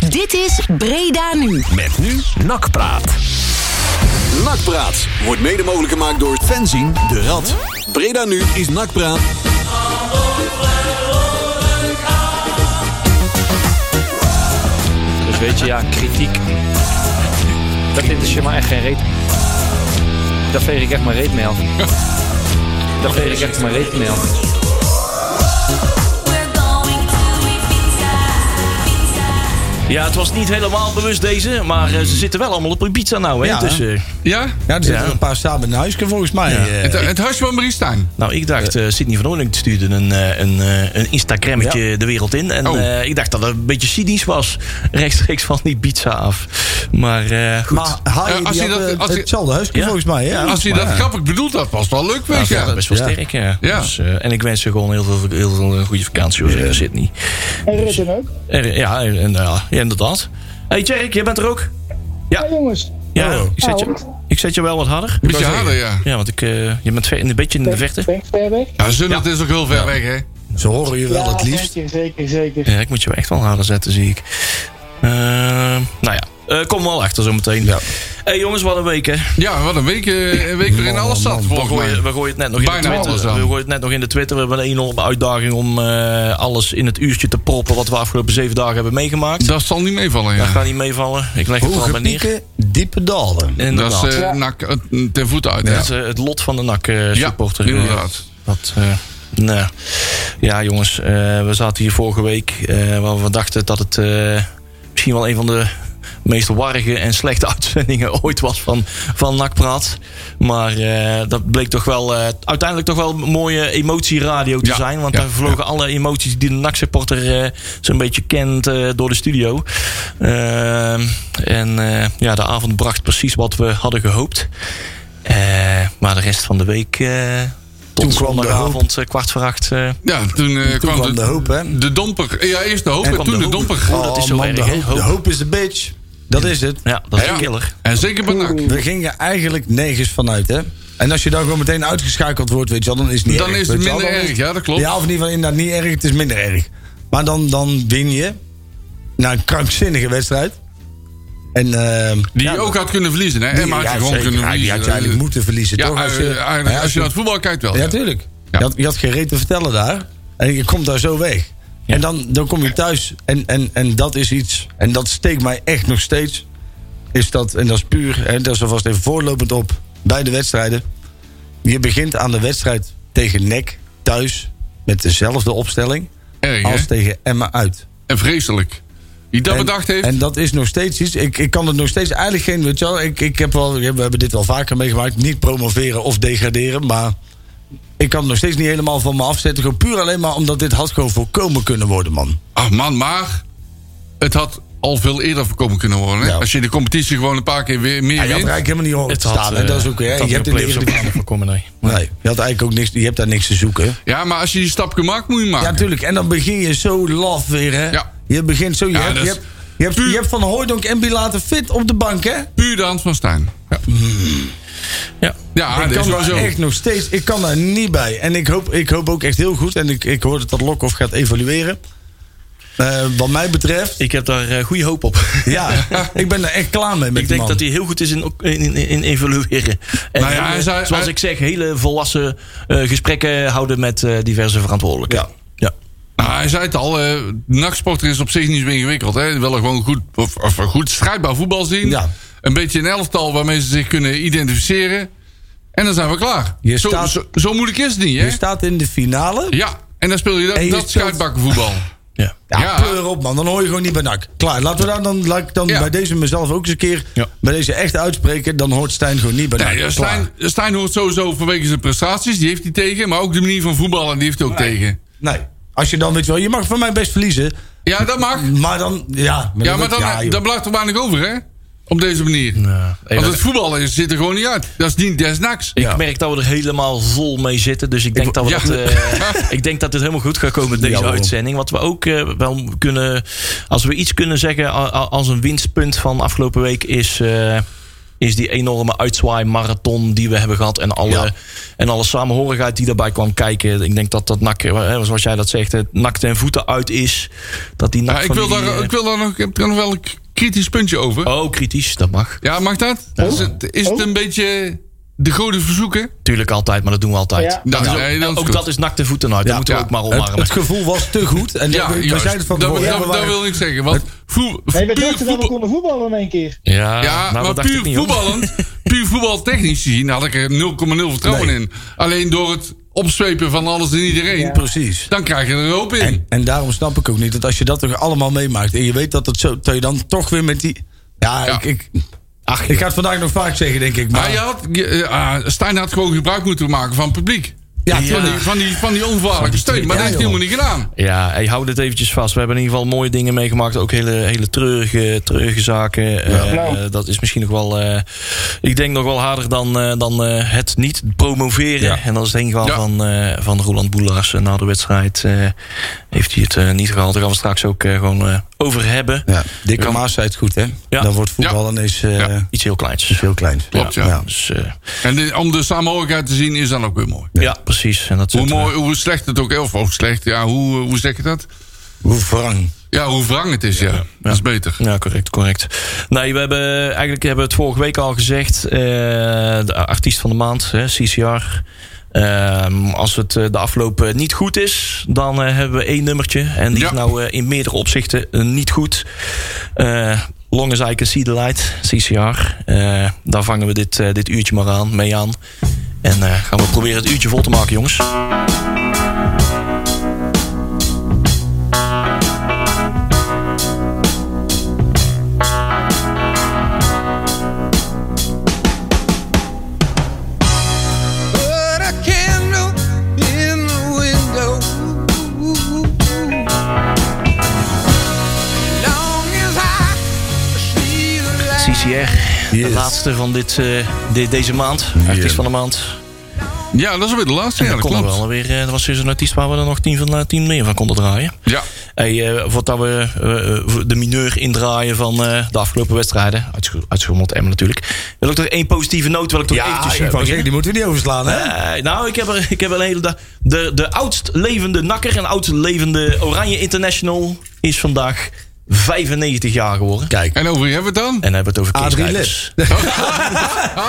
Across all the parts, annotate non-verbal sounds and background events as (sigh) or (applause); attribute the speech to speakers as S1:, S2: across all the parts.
S1: Dit is Breda Nu.
S2: Met nu Nakpraat.
S3: Nakpraat wordt mede mogelijk gemaakt door Fenzin de Rad. Breda nu is Nakpraat.
S4: Dus weet je, ja, kritiek. Dat interesseert me echt geen reet. Daar veeg ik echt mijn reet mee af. Daar veeg ik echt mijn reet mee af.
S5: Ja, het was niet helemaal bewust deze, maar eh, ze zitten wel allemaal op een pizza nou, hè?
S6: Ja.
S5: Dus, eh,
S7: Ja,
S6: Ja?
S7: er zitten
S5: Ja.
S7: een paar samen in Huiske volgens mij. eh.
S6: Het, het huis van Marie Stijn.
S5: nou, ik dacht, eh Sidney van Oorling stuurde een, eh, een, eh, een Instagrammetje de wereld in. En
S6: Oh.
S5: eh, ik dacht dat het een beetje cynisch was, rechtstreeks van die pizza af. Maar eh, goed.
S7: maar haal je
S6: Eh, als
S7: die
S6: je
S7: had,
S6: dat-
S7: eh,
S6: als je-
S7: hetzelfde Huiske
S5: Ja.
S7: volgens mij. Ja.
S6: Als je
S7: Maar
S6: dat
S7: ja.
S6: grappig bedoelt, dat was wel leuk, weet
S5: Nou,
S6: je.
S5: ja, best wel
S7: Ja.
S5: sterk, ja.
S6: Ja.
S5: Dus, eh, en ik wens ze gewoon heel veel, heel veel eh, goede vakantie, hoor, in Sydney.
S8: En Rutten ook.
S5: Er- ja, en, en, ja, ja, inderdaad. hey, Jerk, jij bent er ook?
S8: Ja, jongens.
S5: Ja, ik, zet je,
S8: Avond.
S5: ik zet je wel wat harder.
S6: Beetje harder, ja.
S5: Ja, want ik, eh, je bent ver- een beetje in de verte.
S8: Ben ik ver weg?
S6: Ja, Zundert is ook heel ver weg, hè.
S7: Ze horen je wel het liefst.
S8: zeker, zeker, zeker.
S5: Ja, ik moet je wel echt wel harder zetten, zie ik. Ehm, nou ja, Eh, kom wel achter zometeen. Ja. hey, jongens, wat een week, hè.
S6: Ja, wat een week, eh, een week waarin alles zat,
S5: We
S6: volgens
S5: gooien,
S6: mij.
S5: we gooien het net nog in de
S6: Bijna
S5: Twitter.
S6: alles
S5: we
S6: dan.
S5: gooien het net nog in de Twitter. We hebben een enorme uitdaging om eh, alles in het uurtje te proppen... wat we afgelopen zeven dagen hebben meegemaakt.
S6: Dat zal niet meevallen,
S5: Dat
S6: ja.
S5: gaat niet meevallen. Ik leg het er al
S7: Hoge
S5: bij neer.
S7: pieken, diepe dalen.
S6: Dat
S5: Inderdaad.
S6: is eh,
S8: Ja.
S6: nak, eh, ten voet uit,
S5: Dat
S6: ja.
S5: is eh, het lot van de NAC-supporter.
S6: Ja, inderdaad.
S5: dat, eh, nou, ja, jongens, eh, we zaten hier vorige week. eh, waar we dachten dat het eh, misschien wel een van de meest warrige en slechte (laughs) uitzendingen ooit was van, van NAC Praat. Maar eh, dat bleek toch wel eh, uiteindelijk toch wel een mooie emotieradio te
S6: Ja,
S5: zijn. Want
S6: ja,
S5: daar vlogen alle emoties die de NAC-supporter eh, zo'n beetje kent eh, door de studio. Ehm, en eh, ja, de avond bracht precies wat we hadden gehoopt. Eh, maar de rest van de week, eh
S7: Toen
S5: tot
S7: kwam de
S5: zondagavond, eh, kwart voor acht. eh,
S6: Ja, toen, eh, kwam,
S7: kwam
S6: de,
S7: de hoop, hè.
S6: De domper. Ja, eerst de hoop
S5: En
S6: en,
S5: kwam
S6: toen
S5: de
S6: de,
S5: hoop.
S6: domper.
S5: Oh, dat is zo
S7: man,
S5: erg,
S7: de,
S5: hè?
S7: hoop,
S5: Hoop.
S7: de hoop is de bitch. Dat is het.
S5: ja, dat is
S6: Ja.
S5: een killer.
S6: En zeker bij NAC.
S7: We gingen eigenlijk nergens vanuit, hè. En als je dan gewoon meteen uitgeschakeld wordt, weet je wel, dan is het niet
S6: Dan
S7: erg.
S6: is het
S7: weet je wel.
S6: minder
S7: Dan is-
S6: erg, ja, dat klopt.
S7: Ja, of in ieder geval inderdaad niet erg, het is minder erg. Maar dan, dan win je. Na een krankzinnige wedstrijd. En, ehm,
S6: Die
S7: ja,
S6: je ook had kunnen verliezen, hè? Emma had je
S7: ja,
S6: gewoon
S7: zeker.
S6: kunnen
S7: Ja,
S6: verliezen. Eh,
S7: Die had je eigenlijk moeten verliezen,
S6: Ja, eh,
S7: toch?
S6: als je,
S7: ja,
S6: als je naar het voetbal kijkt wel.
S7: Ja,
S6: Ja,
S7: tuurlijk.
S6: Ja.
S7: Je, had, je had geen reet te vertellen daar. En je komt daar zo weg. En dan, dan kom je thuis. En, en, en dat is iets. En dat steekt mij echt nog steeds. Is dat, en dat is puur. En dat is alvast even voorlopend op. Bij de wedstrijden. Je begint aan de wedstrijd tegen NEC thuis. Met dezelfde opstelling.
S6: Erg, hè?
S7: Als tegen Emma uit.
S6: En vreselijk. Wie dat
S7: en,
S6: bedacht heeft.
S7: en dat is nog steeds iets. Ik, ik kan het nog steeds eigenlijk geen. Weet je wel, ik, ik heb wel, we hebben dit wel vaker meegemaakt. Niet promoveren of degraderen. Maar ik kan het nog steeds niet helemaal van me afzetten. Gewoon puur alleen maar omdat dit had gewoon voorkomen kunnen worden, man.
S6: Ach man, maar het had al veel eerder voorkomen kunnen worden. Hè?
S7: Ja.
S6: Als je de competitie gewoon een paar keer weer meer
S7: Ja, je had er
S6: wint.
S7: eigenlijk helemaal niet horen
S5: Het
S7: te
S5: had,
S7: staan. en
S5: eh,
S7: dat is ook
S5: het
S7: weer.
S5: had
S7: Je hebt
S5: in
S7: in
S5: de
S7: de
S5: play-offs ook
S7: eerste-
S5: niet voorkomen, nee.
S7: Nee, je had eigenlijk ook niks. Je hebt daar niks te zoeken.
S6: Ja, maar als je die stap gemaakt moet je maken.
S7: Ja, natuurlijk. En dan begin je zo laf weer, hè?
S6: Ja.
S7: Je begint zo. Je,
S6: Ja,
S7: hebt,
S6: dat
S7: je,
S6: is
S7: hebt, je, hebt,
S6: puur-
S7: je hebt Van Hooydonk en Bilater fit op de bank, hè?
S6: Puur de hand van Stijn. Ja,
S5: Ja.
S6: ja
S7: ik
S6: Ah, dat is
S7: kan
S6: wel
S7: daar
S6: zo.
S7: echt nog steeds, ik kan daar niet bij. En ik hoop, ik hoop ook echt heel goed, en ik, ik hoor dat dat Lokhoff gaat evalueren. Eh, wat mij betreft,
S5: Ik heb daar eh, goede hoop op. (laughs)
S6: (laughs)
S7: ja, ik ben er echt klaar mee met
S5: ik
S7: die
S5: denk
S7: man.
S5: dat hij heel goed is in, ook- in, in, in evalueren. En
S6: Nou ja,
S5: hele-
S6: hij zei-
S5: zoals
S6: hij-
S5: ik zeg, hele volwassen eh, gesprekken houden met eh, diverse verantwoordelijken.
S7: Ja. ja.
S6: Nou, hij zei het al, eh nachtsporter is op zich niet zo ingewikkeld. Hè. Ze willen gewoon goed, of, of een goed strijdbaar voetbal zien.
S7: Ja.
S6: Een beetje een elftal waarmee ze zich kunnen identificeren. En dan zijn we klaar.
S7: Je
S6: zo,
S7: staat-
S6: zo, zo moeilijk is het niet, hè?
S7: Je staat in de finale.
S6: Ja, en dan speel je dat,
S7: En je
S6: dat
S7: speelt- (laughs) Nou,
S6: schuitbakkenvoetbal.
S5: Ja.
S7: Ja,
S6: Ja.
S7: pleur op man, dan hoor je gewoon niet bij NAC. Klaar, laten we daar dan, laat ik dan
S6: Ja.
S7: bij deze mezelf ook eens een keer,
S5: Ja.
S7: bij deze echt uitspreken, dan hoort Stijn gewoon niet bij NAC.
S6: Nee, ja,
S7: Klaar.
S6: Stijn, Stijn hoort sowieso vanwege zijn prestaties. Die heeft hij tegen. Maar ook de manier van voetballen, die heeft hij ook tegen.
S7: Nee, als je dan weet je wel, je mag van mij best verliezen,
S6: Ja, dat mag.
S7: maar dan, ja.
S6: Ja, maar dan,
S7: joh.
S6: dan blijft er weinig over, hè? Op deze manier.
S5: Hey,
S6: Want
S5: dat-
S6: het voetbal is- zit er gewoon niet uit. Dat is niet desnaks.
S5: Ik merk dat we er helemaal vol mee zitten. Dus ik denk, dat, we
S6: ja.
S5: dat, eh, (laughs) ik denk dat dit helemaal goed gaat komen, deze
S7: Jawel.
S5: uitzending. Wat we ook eh, wel kunnen... Als we iets kunnen zeggen a- a- als een winstpunt van afgelopen week is... eh, is die enorme uitzwaai-marathon die we hebben gehad. En alle,
S7: Ja.
S5: en alle samenhorigheid die daarbij kwam kijken. Ik denk dat dat nak, eh, zoals jij dat zegt, het nak ten voeten uit is. Dat die nak
S6: Ja, ik, wil
S5: familie,
S6: daar,
S5: eh,
S6: ik wil daar nog, ik heb er nog wel een k- kritisch puntje over.
S5: Oh, kritisch, dat mag.
S6: Ja, mag dat? Is het, is
S7: Oh.
S6: het een beetje de goden verzoeken?
S5: Tuurlijk altijd, maar dat doen we altijd.
S8: Ja.
S6: Nou,
S5: Dat is ook-
S6: nee, dat is
S5: ook
S6: goed.
S5: dat is nak ten voeten uit. dat moeten we
S6: ja.
S5: ook maar
S7: Het,
S5: omarmen.
S7: het gevoel was te goed. En
S6: Ja,
S7: we, we
S6: juist.
S7: zeiden het van
S6: dat,
S7: tevoren.
S6: dat,
S7: ja, we
S6: dat
S7: waren-
S6: wil ik zeggen. Want voe-
S8: Nee, we
S6: puur
S8: dachten dat we
S6: voetbal-
S8: konden voetballen in één keer.
S5: ja,
S6: Ja,
S5: nou,
S6: maar
S5: dat dacht
S6: puur
S5: ik niet, hoor.
S6: voetballend, puur voetbaltechnisch gezien had ik er 0,0 vertrouwen
S7: Nee.
S6: in. Alleen door het opzwepen van alles en iedereen,
S7: Precies.
S6: dan krijg je er een hoop in.
S7: En, en daarom snap ik ook niet dat als je dat toch allemaal meemaakt. en je weet dat het zo. dat je dan toch weer met die. Ja,
S6: Ja. Ah,
S7: Ik, ik, ik ga het vandaag nog vaak zeggen, denk ik. Maar
S6: maar je had, je, eh, ah, Stijn had gewoon gebruik moeten maken van het publiek.
S7: Ja,
S6: Van, die,
S7: tuurlijk.
S6: van, die, van die onvoorwaardelijke steun. Maar
S7: ja,
S6: dat is
S7: joh.
S6: helemaal niet gedaan.
S5: Ja, hey, hou dit eventjes vast. We hebben in ieder geval mooie dingen meegemaakt. Ook hele, hele treurige, treurige zaken. Eh,
S8: Nou.
S5: eh, dat is misschien nog wel... eh, ik denk nog wel harder dan, eh, dan eh, het niet promoveren.
S7: Ja.
S5: En dat is het geval
S6: Ja.
S5: van, eh, van Roland Boelaars. Eh, na de wedstrijd eh, heeft hij het eh, niet gehaald. Daar gaan we straks ook eh, gewoon eh, over hebben.
S7: ja, Dick ja. Maas zei het goed, hè?
S5: Ja.
S7: Dan wordt voetbal ineens eh,
S6: Ja.
S5: Iets heel kleins.
S7: heel klein.
S6: Klopt, ja.
S5: Dus, eh,
S6: En de- om de samenhorigheid te zien is dan ook weer mooi.
S5: ja, precies. En dat
S6: Hoe,
S5: zetten we-
S6: mooi, hoe slecht het ook is, of hoe slecht, ja, hoe, eh, hoe zeg je dat?
S7: Hoe wrang.
S6: Ja, hoe wrang het is, ja. Dat is beter.
S5: Ja, correct, correct. Nee, we hebben eigenlijk hebben we het vorige week al gezegd. eh, de artiest van de maand, hè, CCR. Ehm, als het eh, de afloop eh, niet goed is, dan eh, hebben we één nummertje. En die
S6: Ja.
S5: is nou eh, in meerdere opzichten eh, niet goed. Eh long as I can see the light, CCR. Eh, daar vangen we dit, eh, dit uurtje maar aan, mee aan. En eh, gaan we proberen het uurtje vol te maken, jongens.
S9: Put a candle in the window. Long as I see the light.
S5: CCR, de laatste van dit, eh, de- deze maand. Artiest van de maand.
S6: Ja, dat is weer de laatste. Ja,
S5: Ja,
S6: dat
S5: dat kon er
S6: klopt.
S5: wel weer. eh, Er was dus een artiest waar we er nog tien van eh, tien meer van konden draaien.
S6: Ja,
S5: Hey, eh voordat we eh, eh, de mineur indraaien van eh, de afgelopen wedstrijden. Uitscho- Uitschommeld Emmen natuurlijk. Wil ik toch één positieve noot wil ik toch
S7: Ja,
S5: eventjes
S7: ik wou
S5: eh,
S7: zeggen, die moeten we niet overslaan, hè?
S5: eh, nou, ik heb, er, ik heb een hele dag. De, de oudst levende nakker en oudst levende Oranje International is vandaag 95 jaar geworden.
S7: Kijk.
S6: en over wie hebben we het dan?
S5: En dan hebben we het over Kees
S7: Adrie
S5: Rijvers.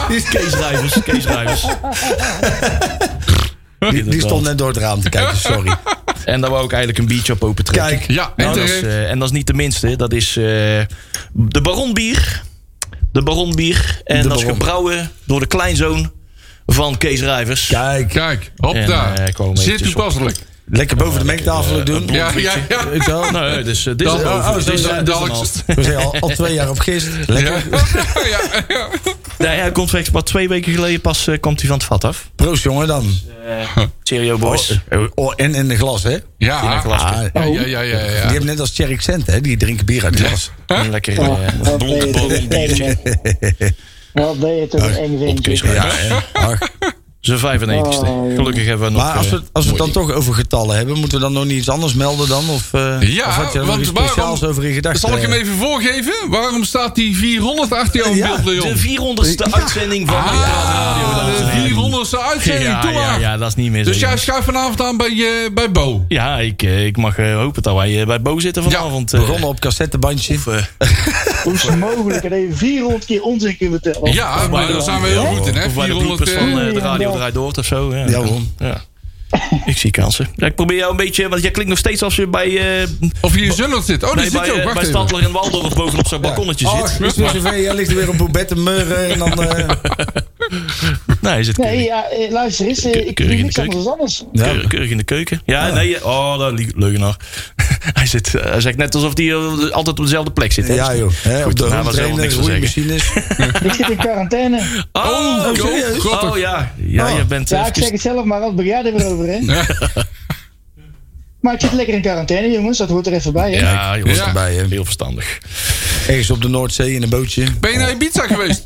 S5: Die is Kees Rijvers. Kees
S7: (laughs)
S5: Rijvers.
S7: Die, die stond net door het raam te
S6: (laughs)
S7: kijken, sorry.
S5: En daar wou ik eigenlijk een biertje op open trekken.
S7: Kijk.
S6: Ja, en
S5: Nou, dat is,
S6: terecht.
S5: eh, en dat is niet de minste. Dat is eh, de Baronbier. De Baronbier. En
S7: De
S5: dat is
S7: Baron.
S5: gebrouwen door de kleinzoon van Kees Rijvers.
S7: Kijk.
S6: Kijk, hop
S5: En,
S6: daar.
S5: eh, komen we
S6: Zit
S5: eventjes op.
S6: toepasselijk.
S7: Lekker eh, boven de mengtafel doen.
S6: Ja, ja, ja.
S7: Ik
S6: (laughs)
S7: wel.
S5: Nee, dus eh, dit is
S6: Dat-
S5: over.
S6: oh,
S5: Dit
S6: dat-
S5: is-
S6: dat-
S5: dit is
S6: dat-
S5: een hast.
S7: We zijn al, al twee jaar op gist. Lekker.
S6: Ja.
S5: (laughs)
S6: Oh, ja, ja.
S5: Nee, hij komt slechts maar twee weken geleden pas eh, komt hij van het vat af.
S7: Proost, jongen, dan.
S5: Cheerio boys.
S7: Oh, oh, en in de glas, hè?
S5: In een
S6: Ja,
S5: glasje.
S7: Ah,
S6: ja, ja, ja, ja,
S7: Die
S6: ja.
S7: hebben net als Cherry Cent, hè? Die drinken bier uit het glas.
S5: Een lekker eh,
S8: Wat deed je toch een eng vent.
S7: (laughs)
S8: Wat deed je toch een eng
S5: Kees
S8: ventje.
S5: Rijvers.
S7: Ach,
S5: Zijn 95ste.
S8: Oh, jongen.
S5: Gelukkig hebben we nog...
S7: maar als
S5: eh,
S7: we, als we het dan toch over getallen hebben, moeten we dan nog niet iets anders melden dan? Of, eh,
S6: Ja,
S7: of had je er nog
S6: want
S7: iets speciaals
S6: waarom-
S7: over in gedachten? eh,
S6: Zal ik
S5: Eh.
S6: hem even voorgeven? Waarom staat die 400 achter jou in
S7: Ja,
S6: beeld, Leon?
S5: de 400ste uitzending van...
S6: Ah, de 400ste uitzending,
S5: ja,
S6: doe
S5: ja,
S6: maar.
S5: ja, dat is niet meer
S6: Dus
S5: zo,
S6: jij
S5: jongens.
S6: schuift vanavond aan bij, eh, bij Bo.
S5: Ja, ik, eh, ik mag eh, hopen dat wij eh, bij Bo zitten
S6: Ja,
S5: vanavond. eh.
S7: Begonnen op cassettebandje.
S5: Of, eh,
S8: Hoe is het mogelijk dat je 400 keer onzin kunt vertellen?
S6: Ja, maar daar zijn we heel goed in, hè?
S5: Of bij de
S6: 400.
S5: bloepers
S6: eh,
S5: van eh, de
S8: Ja,
S5: radio
S8: ja.
S5: draait door of zo. Ja,
S7: Ja,
S5: kan.
S7: man.
S5: ja. Ik zie kansen. Ja, ik probeer jou een beetje, want jij klinkt nog steeds als je bij, eh
S6: Of je in Zundert zit. Oh, daar
S5: nee,
S6: zit
S5: bij,
S6: je ook.
S5: eh, bij
S6: Wacht even.
S5: Stadler en Waldorf bovenop zo'n balkonnetje
S6: Ah.
S7: Oh,
S5: zit.
S7: dus weer zover, jij ligt er weer op Bobette Meuren en dan...
S5: (laughs)
S7: eh,
S5: Nee, hij zit
S8: Nee,
S5: keurig,
S8: ja, eh, luister eens. eh, Ik
S5: Keurig
S8: doe
S5: in
S8: niks
S5: de keuken.
S8: anders dan anders.
S5: keurig, keurig in de keuken. Ja, nee. eh, Oh, dat lie- leugenaar. (laughs) hij, zit, eh, hij zegt net alsof hij eh, altijd op dezelfde plek zit. Hè?
S7: ja joh, hè, op
S5: Goed,
S7: de
S5: nou, was helemaal
S7: hoofdtrainer,
S5: niks te zeggen.
S7: roeimachines.
S8: Ik zit in
S5: (laughs)
S8: quarantaine.
S5: Oh,
S6: Oh, serieus?
S5: oh, ja. Ja, je bent... eh,
S8: Ja, ik zeg het zelf maar, wat ben jij er weer over, hè? Maar ik zit lekker in quarantaine, jongens. Dat hoort er even bij, hè?
S5: ja, je hoort
S6: Ja.
S5: erbij. hè. Heel verstandig.
S7: Ergens op de Noordzee in een
S6: (laughs)
S7: bootje.
S6: Ben je naar Ibiza geweest?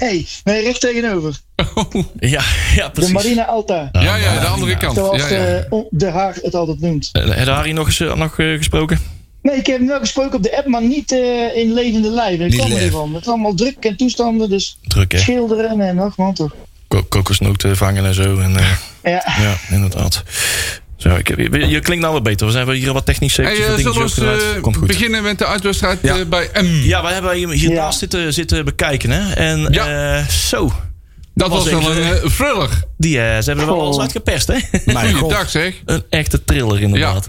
S8: Nee, nee, recht tegenover.
S5: Oh, Ja, (laughs) ja
S8: De
S5: precies.
S8: Marina Alta.
S6: Ja, ja, de andere kant.
S8: Zoals
S6: Ja, ja.
S8: eh, on- De Haag het altijd noemt.
S5: Eh, Had Harry nog eens eh, nog, eh, gesproken?
S8: Nee, ik heb hem wel gesproken op de app, maar niet eh, in levende lijven. Ik
S5: Niet
S8: kwam er niet
S5: live.
S8: van. Het is allemaal druk en toestanden, dus
S5: Druk, hè?
S8: schilderen en ach man toch.
S5: Ko- Kokosnoten vangen en zo. En, eh,
S8: Ja.
S5: ja, inderdaad. Zo, ik, je, je klinkt nou wat beter. We zijn wel hier wat technisch.
S6: Hey,
S5: eventjes wat
S6: eh, zullen we
S5: dingetjes
S6: eens,
S5: opgeruimd.
S6: eh,
S5: Komt goed.
S6: beginnen met de uitwedstrijd
S5: Ja.
S6: eh, bij M?
S5: Ja, wij hebben hier- hiernaast
S8: Ja.
S5: zitten, zitten bekijken. Hè? En
S6: Ja.
S5: eh, zo. Dat,
S6: Dat was wel een eh, thriller.
S5: Die, eh, ze hebben er wel
S8: Oh.
S5: alles uitgeperst, hè? (laughs)
S7: Mijn god,
S6: Goeiedag zeg.
S5: een echte thriller, inderdaad.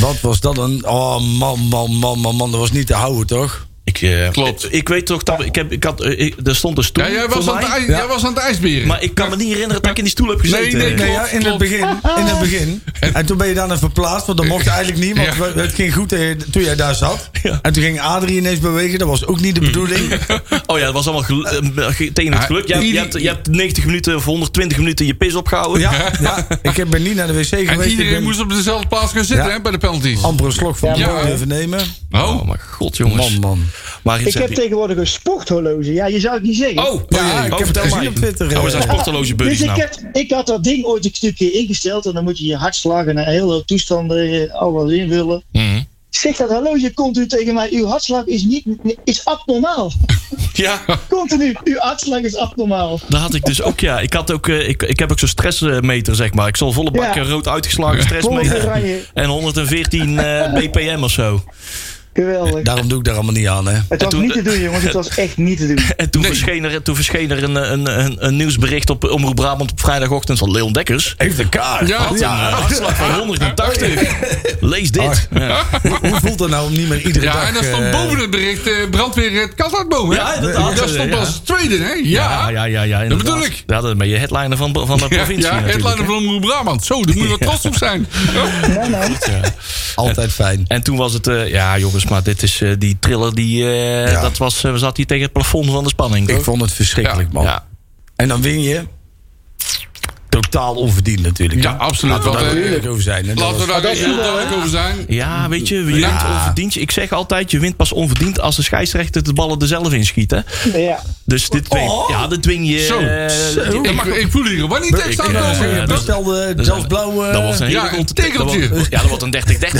S7: wat was dat een... Oh, man, man, man, man, man. Dat was niet te houden, toch?
S5: Ik, eh,
S6: Klopt.
S5: Ik, ik weet toch dat... Ik heb, ik had, eh, ik- er stond een stoel
S6: Ja, jij, was
S5: voor
S6: aan het,
S5: mij,
S6: ij- jij was aan het ijsberen.
S5: Maar ik kan me niet herinneren dat ik in die stoel heb gezeten.
S6: nee,
S7: Nee,
S6: Klopt,
S7: ja, in het
S6: klopt. Ah.
S7: begin. In het begin.
S6: (laughs)
S7: En toen ben je daarna verplaatst, want dat mocht eigenlijk niet. Want
S6: Ja.
S7: we- het ging goed eh, toen jij daar zat.
S5: Ja.
S7: En toen ging Adrie ineens bewegen. Dat was ook niet de
S6: Mm.
S7: bedoeling.
S5: (laughs) Oh ja, dat was allemaal gelu- eh, ge- tegen
S6: Ja,
S5: het geluk. Jij,
S6: ieder-
S5: je, hebt, je hebt 90 minuten of 120 minuten je pis opgehouden.
S6: (laughs)
S7: Ja, ja. Ik heb- ben niet naar de wc geweest.
S6: en iedereen
S7: ik ben
S6: moest op dezelfde plaats gaan zitten
S7: Ja.
S6: hè, bij de penalties.
S7: amper een slok van
S6: Ja.
S7: ja, durven nemen.
S5: Oh
S6: Oh.
S5: mijn god, jongens.
S7: Man, man.
S5: Maar
S8: Ik heb tegenwoordig een sporthorloge. Ja, je zou het niet zeggen.
S5: Oh,
S7: Ja, ik heb het gezien op Twitter,
S5: Oh, we zijn
S7: eh.
S5: sporteloze buddies
S8: Dus ik,
S5: nou.
S8: heb, ik had dat ding ooit een stukje ingesteld en dan moet je je hartslag en een hele toestanden eh, allemaal invullen.
S5: Mhm.
S8: Zegt dat horloge continu tegen mij, uw hartslag is, niet, is abnormaal.
S5: (laughs) Ja,
S8: Continu, uw hartslag is abnormaal.
S5: dat had ik dus ook. Ja, ik, had ook, eh, ik, ik heb ook zo'n stressmeter, zeg maar. Ik zal volle bak
S8: Ja.
S5: eh, rood uitgeslagen
S8: Volle
S5: stressmeter.
S8: oranje.
S5: En 114 eh, BPM of zo.
S8: Geweldig.
S7: Daarom doe ik daar allemaal niet aan, hè.
S8: Het was
S5: toen-
S8: niet te doen, jongens. Het was echt niet te doen.
S5: (laughs) En toen verscheen er, toen verscheen er een, eh, een, een, een nieuwsbericht op Omroep Brabant op vrijdagochtend van Leon Dekkers.
S7: Heeft een kaart.
S6: Ja.
S5: Had een eh, hartslag van 180. Lees dit. Ja,
S7: Hoe voelt dat nou om niet meer iedere dag...
S6: Ja, en dan stond
S7: eh,
S6: boven het bericht eh, brandweer het katlaatboom. hè?
S5: Ja, inderdaad.
S6: Dat stond
S5: Ja.
S6: als tweede, hè?
S5: ja,
S6: Ja.
S5: ja. ja, ja
S6: Dat bedoel ik.
S5: Ja, dat ben je headliner van, van de
S6: Ja,
S5: provincie
S6: ja,
S5: natuurlijk,
S6: headliner
S5: hè.
S6: van Omroep Brabant. Zo, daar moet je
S5: (laughs)
S6: wel trots op zijn.
S8: Ja, nou.
S7: Altijd fijn.
S5: En toen was het, eh, ja jongens, maar dit is eh, die thriller die, eh, dat was, eh, we zaten hier tegen het plafond van de spanning.
S7: Ik
S5: toch?
S7: vond het verschrikkelijk, man.
S5: ja.
S7: En dan win je. Totaal onverdiend natuurlijk.
S6: Ja, absoluut.
S5: Nou,
S7: Laten we
S6: Want,
S7: daar
S6: eh,
S7: eerlijk over zijn. hè. Dat
S6: Laten we
S7: was-
S6: daar heel duidelijk over zijn.
S5: ja, weet je, je
S6: Ja.
S5: wint onverdiend. Ik zeg altijd, je wint pas onverdiend als de scheidsrechter de ballen er zelf in schiet. Hè?
S8: Ja.
S5: Dus dit dwing, ja, dit dwing je...
S6: Oh. Zo.
S5: eh, dit-
S6: Ik, ik voel hier een warning tekst
S5: Ik, eh,
S6: aankomen.
S5: Ja,
S7: Je
S5: dat-
S7: bestelde
S5: dat-
S7: zelfs blauwe...
S5: dat was een hele
S6: ja, een
S5: grote te-
S6: tegeltje.
S5: dat wordt- Ja, dat wordt een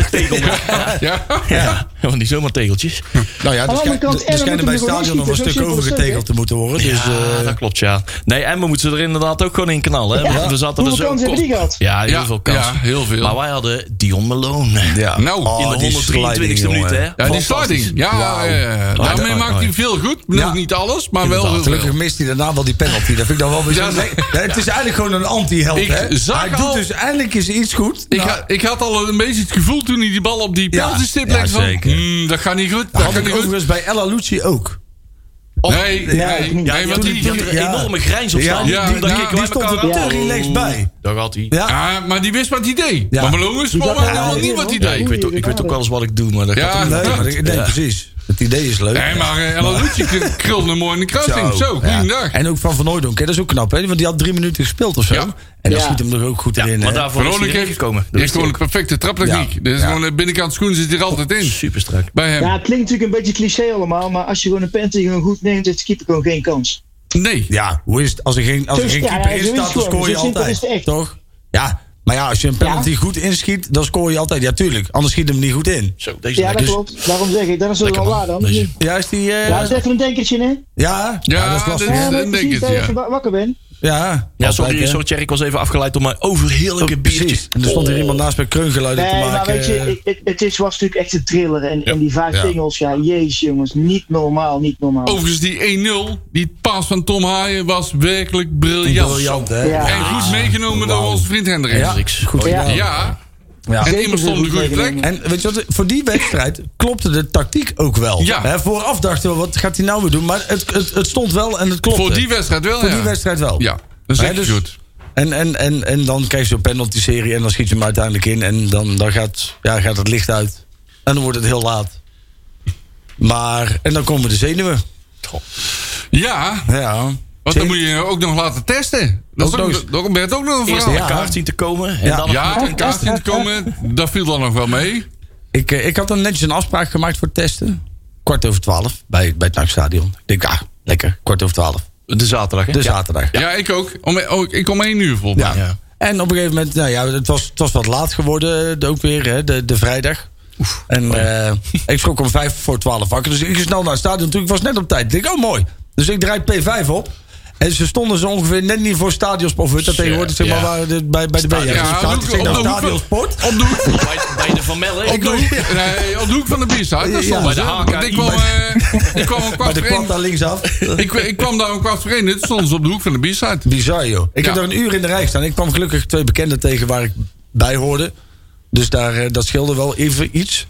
S5: 30-30 tegel. Ja.
S6: (laughs) Ja.
S5: Ja, want niet zomaar tegeltjes.
S7: Nou ja,
S8: Aan
S7: er schijnt-
S8: de andere kant,
S7: er
S8: Emmen
S7: schijnen
S8: moet
S7: bij het
S8: hem
S7: stadion nog een
S8: nog wel
S7: stuk
S8: schieten, zo simpel is het,
S7: overgetegeld te moeten worden. Dus,
S5: ja,
S7: eh,
S5: dat klopt, ja. Nee, en we moeten ze er inderdaad ook gewoon in knallen. Hè? Want we zaten er
S8: Hoeveel
S5: zo
S8: kansen
S5: kort-
S8: hebben die gehad?
S5: Ja, heel
S6: Ja,
S5: veel kansen.
S6: ja, heel veel.
S5: Maar wij hadden Dion Malone.
S7: ja.
S6: Nou,
S5: in
S7: Oh,
S5: de
S7: die
S5: 123 e
S7: sliding,
S5: minuut,
S7: jongen.
S5: hè?
S6: Ja, die
S5: Fantastisch.
S6: sliding. Ja,
S7: Wauw.
S6: eh, daarmee
S5: ja,
S6: maakt
S5: ja.
S6: hij veel goed. Nog
S7: Ja.
S6: niet alles, maar wel heel
S5: Inderdaad.
S6: veel.
S7: Nou, Gelukkig mist hij daarna wel die penalty. Dat vind ik dan wel weer
S6: Oh, Ja,
S7: zo.
S6: nee.
S7: Ja, het is eigenlijk gewoon een anti-held.
S6: Ik
S7: hè?
S6: zag
S7: Hij doet
S6: al-
S7: dus eindelijk is iets goed.
S6: Ik,
S7: Nou,
S6: ha- ik had al een beetje het gevoel toen hij die bal op die
S7: Ja,
S6: penaltystip
S7: ja,
S6: legde van...
S7: zeker.
S6: "Hmm, dat gaat niet goed, dat
S7: dat had
S6: gaat niet
S7: ik
S6: goed.
S7: overigens bij Ella Lucci ook.
S6: Nee, nee,
S8: ja,
S5: Ja,
S6: nee, want
S5: die, die
S6: die...
S5: had er een
S7: Ja.
S5: enorme grijns op staan.
S6: Ja,
S5: die,
S6: ja.
S5: keken
S7: Die
S5: wij
S7: stond
S5: elkaar
S7: er
S5: aan.
S7: te relaxed bij.
S5: Daar gaat hij.
S7: Ja.
S6: Ja, maar die wist wat hij deed.
S7: Ja.
S6: Maar Malone is volgens mij
S7: Ja,
S6: helemaal
S7: ja,
S6: niet
S8: ja,
S6: wat hij
S8: ja.
S5: Ja, ik,
S6: deed.
S5: weet, ook- ik weet ook wel eens wat ik doe, maar dat
S6: Ja.
S5: gaat ook niet.
S7: Nee, maar ik- nee,
S5: Ja.
S7: precies. Het idee is leuk.
S6: Nee, maar eh, El Lucci k- krulde mooi in de kruising. Zo,
S7: ja.
S6: goeiedag.
S7: En ook van Van Hooydonk, hè, dat is ook knap. Hè? Want die had drie minuten gespeeld of zo.
S6: Ja.
S7: En dat
S8: Ja.
S7: schiet hem er ook goed in.
S5: Maar
S7: hè.
S5: daarvoor is hij erin
S6: heeft,
S5: gekomen.
S6: heeft gewoon een perfecte traptechniek.
S7: Ja.
S6: Dus
S7: Ja.
S6: gewoon de binnenkant schoen zit er altijd in.
S5: super strak.
S6: Bij hem.
S8: ja, het klinkt natuurlijk een beetje cliché allemaal, maar als je gewoon een penalty gewoon goed neemt, heeft de keeper gewoon geen kans.
S6: Nee.
S7: Ja, hoe is het? Als er geen, als er
S8: Dus
S7: geen
S8: ja,
S7: keeper
S8: ja, Dus
S7: in
S8: zo is
S7: staat, dan
S8: het gewoon.
S7: scoor je
S8: Zo simpel is het
S7: altijd.
S8: echt.
S7: Toch? Ja, maar ja, als je een penalty goed inschiet, dan scoor je altijd. Ja, tuurlijk. Anders schiet hem niet goed in.
S5: Zo, deze
S8: Ja,
S5: lekker.
S8: dat klopt. Daarom zeg ik, dat is ook
S5: Lekker
S8: wel waar
S5: man.
S8: dan.
S5: Deze.
S7: Ja, is die... eh,
S8: Ja,
S7: ja,
S8: zet even een denkertje in.
S7: ja, dat is lastig.
S6: dat is-
S7: hè?
S8: Ja,
S6: een
S8: maar precies
S6: denkertje,
S8: dat je
S6: ja.
S8: even wa- wakker bent.
S7: Ja,
S5: Ja,
S7: altijd,
S5: sorry,
S7: hè. Oh,
S5: sorry, Thierry, ik was even afgeleid door mijn overheerlijke biertjes.
S7: Precies. Dus- En er stond hier iemand naast bij kreungeluiden
S8: Nee,
S7: te
S8: maar
S7: maken. eh,
S8: weet je, het, het is, was natuurlijk echt een thriller. En, en die vijf
S7: Ja.
S8: singles, ja, jezus jongens, niet normaal, niet normaal.
S6: Overigens, die 1-0, die paas van Tom Haaien was werkelijk briljant.
S7: Briljant, hè?
S8: Ja.
S6: En goed meegenomen door onze vriend Hendrik.
S5: Ja. Goed.
S7: Goed
S8: Ja.
S7: gedaan.
S6: Ja,
S7: Ja.
S6: en
S8: Zeker
S6: immers stond op de goede
S8: goed
S6: plek.
S8: meegenomen.
S7: En weet je wat, voor die wedstrijd klopte de tactiek ook wel.
S6: Ja.
S7: Hè, vooraf dachten we, wat gaat hij nou weer doen? Maar het, het, het stond wel en het klopte.
S6: Voor die wedstrijd wel,
S7: Voor
S6: ja.
S7: die wedstrijd wel.
S6: Ja, dat is
S7: Hè,
S6: echt
S7: dus-
S6: goed.
S7: En, en, en, en dan krijg je zo'n penalty-serie en dan schiet je hem uiteindelijk in. En dan, dan gaat, ja, gaat het licht uit. En dan wordt het heel laat. Maar, en dan komen de zenuwen.
S6: Ja,
S7: Ja.
S6: want dan moet je ook nog laten testen. Dat is
S7: Ook
S6: ook,
S7: nog eens.
S6: dat werd ook nog een
S5: Eerst
S6: verhaal.
S5: een
S6: Ja,
S7: Ja.
S5: kaart zien te komen. En
S7: Ja.
S5: dan
S6: een kaart zien te komen, dat viel dan nog wel mee.
S7: Ik, eh, ik had dan netjes een afspraak gemaakt voor het testen. Kwart over twaalf bij, bij het NAC-stadion. Ik denk, ah, lekker, kwart over twaalf.
S5: de zaterdag. Hè?
S7: De zaterdag.
S6: Ja, ik ook. Om, oh, ik om één uur volgens mij.
S7: Ja. En op een gegeven moment, nou ja, het was, het was wat laat geworden, eh, ook weer, hè, de, de vrijdag. En
S6: Oh
S7: eh, ik schrok om vijf voor twaalf wakker. Dus ik ging snel naar het stadion. Toen ik was net op tijd. Ik denk, oh mooi. Dus ik draai P5 op. En ze stonden zo ongeveer net niet voor Stadionsport. Dat tegenwoordig zeg maar
S5: ja.
S7: waar de, bij, bij de BR.
S6: Ja,
S7: staat.
S6: doe-
S7: Ik zeg,
S6: op
S7: nou,
S6: de hoek-
S7: Stadionsport.
S6: Op de hoek,
S5: Bij, bij de Van Melle.
S6: op de hoek, nee, op de hoek van de bierzaak. Dat
S7: Ja,
S6: stond
S7: bij
S5: de
S6: ze.
S5: HKI.
S6: Want Ik kwam, eh, ik kwam om
S7: Maar
S6: kwart
S7: de
S6: voor
S7: kwam
S6: één.
S7: daar linksaf.
S6: Ik, ik kwam daar om kwart voor één. Dit stond ze op de hoek van de bierzaak.
S7: Bizar, joh. Ik
S6: Ja.
S7: heb daar een uur in de rij staan. Ik kwam gelukkig twee bekenden tegen waar ik bij hoorde. Dus daar, eh, dat scheelde wel even iets.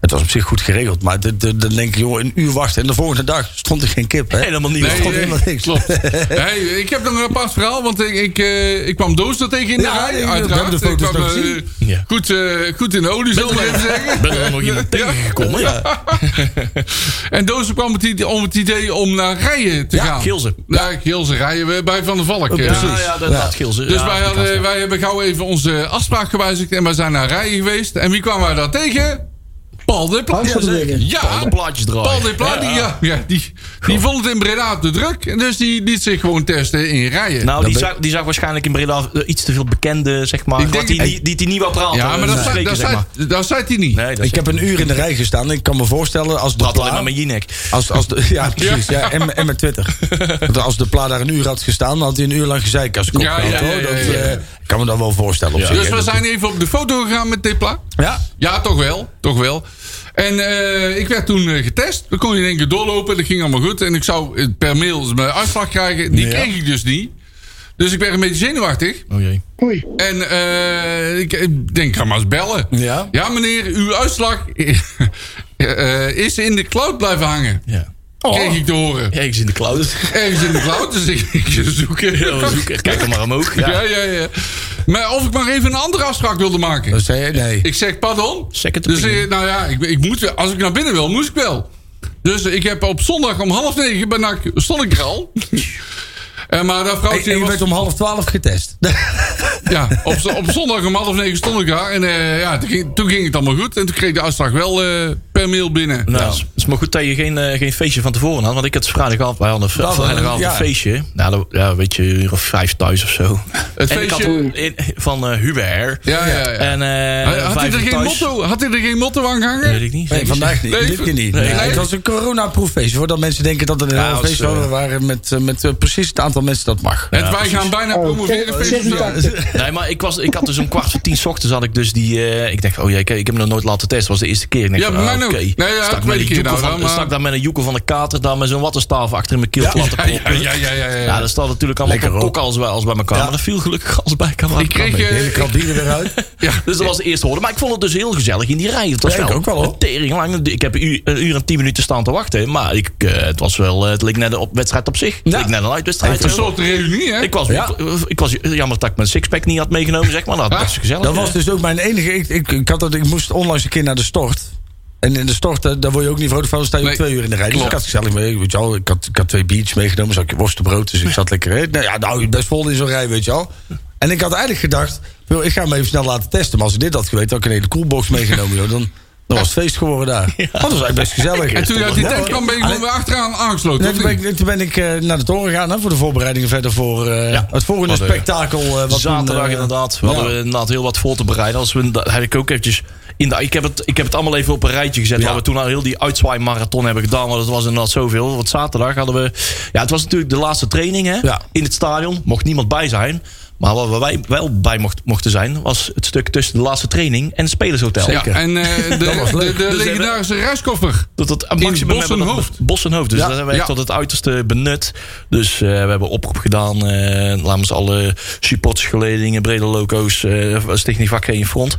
S7: Het was op zich goed geregeld. Maar dit- dit- dan denk ik, joh, een uur wachten. En de volgende dag stond er geen kip. Hè?
S5: Helemaal niet.
S7: Nee. gewoon helemaal niks.
S6: Klopt. Hey, ik heb nog een apart verhaal, want ik, ik, eh, ik kwam Doos er tegen in de
S7: Ja,
S6: rij.
S7: ik- we
S6: uiteraard.
S7: hebben de foto's
S6: Ik kwam,
S7: nog
S6: eh,
S7: gezien.
S5: Ja.
S6: goed, eh, goed in de olie, zullen we even zeggen.
S5: ben er eh, nog iemand
S6: Ja.
S5: tegengekomen. Ja.
S6: En Doos kwam met die, om het idee om naar rijen te
S5: Ja,
S6: gaan.
S5: Gilze.
S6: Naar Gilze rijden we bij Van der Valk. eh.
S5: Ja, ja, dat, dat scheelt ze.
S6: Dus
S5: Ja,
S6: wij,
S5: dat
S6: hadden,
S5: kan.
S6: wij hebben gauw even onze afspraak gewijzigd en wij zijn naar rijen geweest. En wie kwamen wij daar tegen? Paul de Pla-
S8: Hans van der Wegen.
S6: Ja,
S5: de plaatjes draaien.
S6: Paul de Pla- die- ja, ja, die, die vond het in Breda te druk. En dus die liet zich gewoon testen in rijen.
S5: Nou, die zag, die zag waarschijnlijk in Breda eh, iets te veel bekende, zeg maar.
S6: Ik denk-
S5: wat die, die, die, die niet wou praten.
S6: ja, maar dat,
S5: eh,
S6: zei,
S5: spreken,
S6: dat,
S5: zeg
S6: zei,
S5: maar.
S6: dat zei hij niet.
S5: Nee, dat
S7: Ik heb een uur in de rij gestaan. En ik kan me voorstellen als de
S5: praat alleen
S7: pla...
S5: maar met Jinek.
S7: Als, als de,
S5: (laughs)
S7: ja, precies. Ja. en, en met Twitter. Want als de pla daar een uur had gestaan, dan had hij een uur lang gezeik als kop
S6: Ja,
S7: gehad,
S6: ja,
S7: hoor.
S6: ja, ja,
S7: Dat,
S6: ja.
S7: eh, ik kan me dat wel voorstellen. Op zich,
S6: Dus
S7: hè.
S6: we zijn even op de foto gegaan met Dipla.
S7: Ja?
S6: Ja, toch wel. Toch wel. En eh, ik werd toen eh, getest. Dan kon je in één keer doorlopen. Dat ging allemaal goed. En ik zou eh, per mail mijn uitslag krijgen. Die kreeg ik dus niet. Dus ik werd een beetje zenuwachtig.
S5: Oh jee.
S8: Oei.
S6: En eh, ik, ik denk, ga maar eens bellen.
S7: Ja.
S6: Ja, meneer, uw uitslag (laughs) eh, is in de cloud blijven hangen.
S5: Ja.
S6: Kreeg ik te horen.
S5: Ergens in de (laughs) cloud.
S6: Ergens in de cloud. Dus ik, ik zoek
S5: Ja, we zoeken. Kijk er maar omhoog. Ja.
S6: Ja, ja, ja. Maar of ik maar even een andere afspraak wilde maken.
S7: Dan zei je nee.
S6: Ik zeg, pardon?
S5: Second
S6: dus
S5: opinion.
S6: eh, nou ja, ik, ik moet, als ik naar binnen wil, moest ik wel. Dus ik heb op zondag om half negen ben ik, stond ik er
S5: (laughs)
S6: al. En maar dat
S7: En-
S6: vrouwtje
S7: en je
S6: was-
S7: werd om half twaalf (laughs) getest.
S6: ja, op, z- op zondag om half negen stond ik daar. En eh, ja, toen ging, toen ging het allemaal goed. En toen kreeg ik de uitslag wel eh, per mail binnen.
S5: Nou, het is- het is maar goed dat je geen, eh, geen feestje van tevoren had. Want ik had vrijdagavond, wij hadden vri-
S7: Dat, eh,
S5: vrijdagavond
S7: ja.
S5: een feestje. Nou, dat- ja, weet je, een uur of vijf thuis of zo.
S6: Het
S5: en ik had
S6: feestje-
S5: in- van eh Hubert.
S6: Ja, ja, ja.
S5: En
S6: Had-
S5: eh
S6: had, hij
S5: vijf
S6: er
S5: uur
S6: geen
S5: thuis.
S6: motto, had hij er geen motto aan gehangen?
S5: Weet ik niet.
S7: Nee, vandaag niet.
S6: Nee,
S7: Dit keer niet.
S6: nee,
S7: Nee,
S6: nee.
S7: Het was een coronaproeffeestje. Voordat mensen denken dat het een
S5: Ja,
S7: heel
S5: het was,
S7: feest was. We
S5: eh,
S7: waren met, eh, met eh, precies het aantal mensen dat mag.
S6: Het, wij gaan bijna promoveren.
S8: Oh,
S6: feestje.
S8: 86.
S5: (laughs) Nee, maar ik, was, ik had dus om kwart voor tien 's ochtends had ik dus die... eh, ik dacht, oh jee, ik, ik heb hem nog nooit laten testen. Dat was de eerste keer. Ik dacht,
S6: Ja,
S5: ah,
S6: bij mij
S5: oké.
S6: ook. Nee, ja,
S5: stak,
S6: tweede
S5: met
S6: keer
S5: die joekel
S6: nou
S5: van,
S6: dan, maar-
S5: stak daar met een joekel van de kater daar met zo'n wattenstaaf achter in mijn keel te laten
S6: Ja, ja,
S5: proppen.
S6: ja, ja, ja, ja.
S5: Ja, dat staat natuurlijk allemaal
S7: Lekker,
S5: op
S7: hoor.
S5: kok als bij, als bij elkaar. Maar dat viel gelukkig als bij elkaar.
S6: Ik kreeg,
S7: De hele
S6: eh,
S7: krant die er weer uit.
S5: Dus dat was de eerste hoorde. Maar ik vond het dus heel gezellig in die rij. Het was
S7: Ja, ik ook wel, hoor.
S5: een tering lang. Ik heb een uur, een uur en tien minuten staan te wachten. Maar ik, eh, het was wel, eh, het leek net een op wedstrijd op zich. Het leek net een uitwedstrijd.
S6: een soort reunie, hè?
S5: Ik was,
S7: Ja.
S5: ik, was jammer dat ik mijn sixpack niet had meegenomen, zeg maar. Nou, Dat was gezellig.
S7: Dat was dus ook mijn enige... Ik, ik, ik, had dat, ik moest onlangs een keer naar de stort. En in de stort, eh, daar word je ook niet vrolijk van. Dan sta je ook
S6: Nee,
S7: twee uur in de rij. Dus ik
S6: klopt.
S7: had gezellig mee. Weet je wel, ik, had, ik had twee biertjes meegenomen. Zakje worstenbrood. Dus ik zat lekker... hè. Nou ja, nou, best vol in zo'n rij, weet je wel. En ik had eigenlijk gedacht... joh, Ik ga hem even snel laten testen. Maar als ik dit had geweten, had ik een hele koelbox meegenomen. Joh. Dan, dan was het feest geworden daar. Dat was eigenlijk best gezellig.
S6: en toen je uit die
S7: Ja,
S6: tent
S7: hoor.
S6: kwam, ben je gewoon weer achteraan aangesloten.
S7: Nee,
S6: of
S7: toen ben
S6: niet?
S7: ik, toen ben ik eh, naar de toren gegaan hè, voor de voorbereidingen verder voor eh,
S5: Ja.
S7: het volgende
S5: Wat, eh,
S7: spektakel. eh, wat
S5: Zaterdag
S7: toen, eh,
S5: inderdaad. We
S7: ja.
S5: hadden we inderdaad heel wat voor te bereiden. Als we, dat heb ik ook eventjes... In de, ik, heb het, ik heb het allemaal even op een rijtje gezet. Waar we toen al heel die uitzwaaimarathon hebben gedaan. Want het was inderdaad zoveel. Want zaterdag hadden we... Ja, het was natuurlijk de laatste training hè,
S7: Ja.
S5: in het stadion. Mocht niemand bij zijn. Maar waar wij wel bij mocht, mochten zijn... was het stuk tussen de laatste training en het spelershotel.
S6: Ja, en eh, de, de, de
S5: Dus
S6: legendarische reiskoffer.
S5: Tot het
S6: In
S5: maximum hebben we dat-
S6: Bossenhoofd.
S5: Bossenhoofd. Dus
S6: Ja,
S5: dat hebben we echt
S6: ja.
S5: tot het uiterste benut. Dus eh, we hebben oproep gedaan. eh laten we ze alle supportersgeledingen, brede loco's, eh Stichting Vak Geen Front.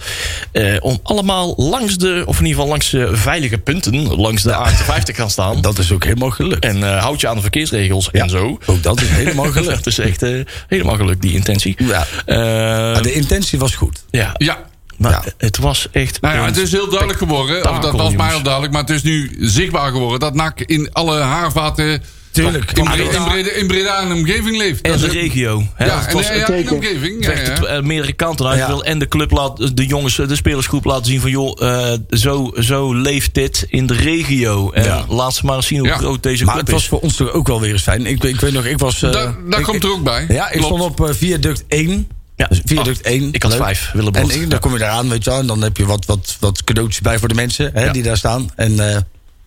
S5: eh, om allemaal langs de, of in ieder geval langs de veilige punten, langs de A58 te gaan staan.
S7: Dat is ook helemaal gelukt.
S5: En eh, houd je aan de verkeersregels en zo.
S7: Ook dat is
S5: (laughs)
S7: helemaal
S6: (laughs)
S7: gelukt.
S5: Dat is echt eh, helemaal gelukt, die intentie.
S7: Ja.
S5: Eh,
S7: Maar de intentie was goed.
S5: ja.
S6: Ah, Ja.
S5: maar
S7: Ja.
S5: het was echt...
S6: Nou ja,
S5: een
S6: het is heel duidelijk geworden. Of dat
S5: spektakel,
S6: was mij
S5: jongens.
S6: al duidelijk. Maar het is nu zichtbaar geworden dat NAC in alle haarvaten...
S7: Tuurlijk.
S6: In Breda, in Breda, in Breda en de omgeving leeft.
S5: En
S6: Dat
S5: de
S6: is-
S5: regio. hè.
S6: Ja,
S5: Het
S6: en,
S5: was-
S6: ja, in de omgeving. Ja,
S5: vecht het
S6: ja.
S5: eh, meerdere kanten uit.
S7: Ja.
S5: Je wil en de club laat, de jongens, de spelersgroep laten zien van joh, eh, zo, zo leeft dit in de regio. En laat ze maar eens zien hoe
S6: Ja.
S5: groot deze
S7: Maar
S5: club
S7: het was
S5: is.
S7: voor ons toch ook wel weer eens fijn. Ik, ik weet nog, ik was... eh,
S6: Daar, daar
S7: ik-
S6: komt er ook bij.
S7: Ja, ik
S6: Klopt.
S7: stond op eh, viaduct 1.
S5: Ja. Ah,
S7: Dus viaduct 1.
S5: Ik had vijf willen
S7: En
S5: botten.
S7: ik- dan kom je eraan, weet je wel. En dan heb je wat, wat, wat cadeautjes bij voor de mensen hè,
S5: Ja.
S7: die daar staan. En eh,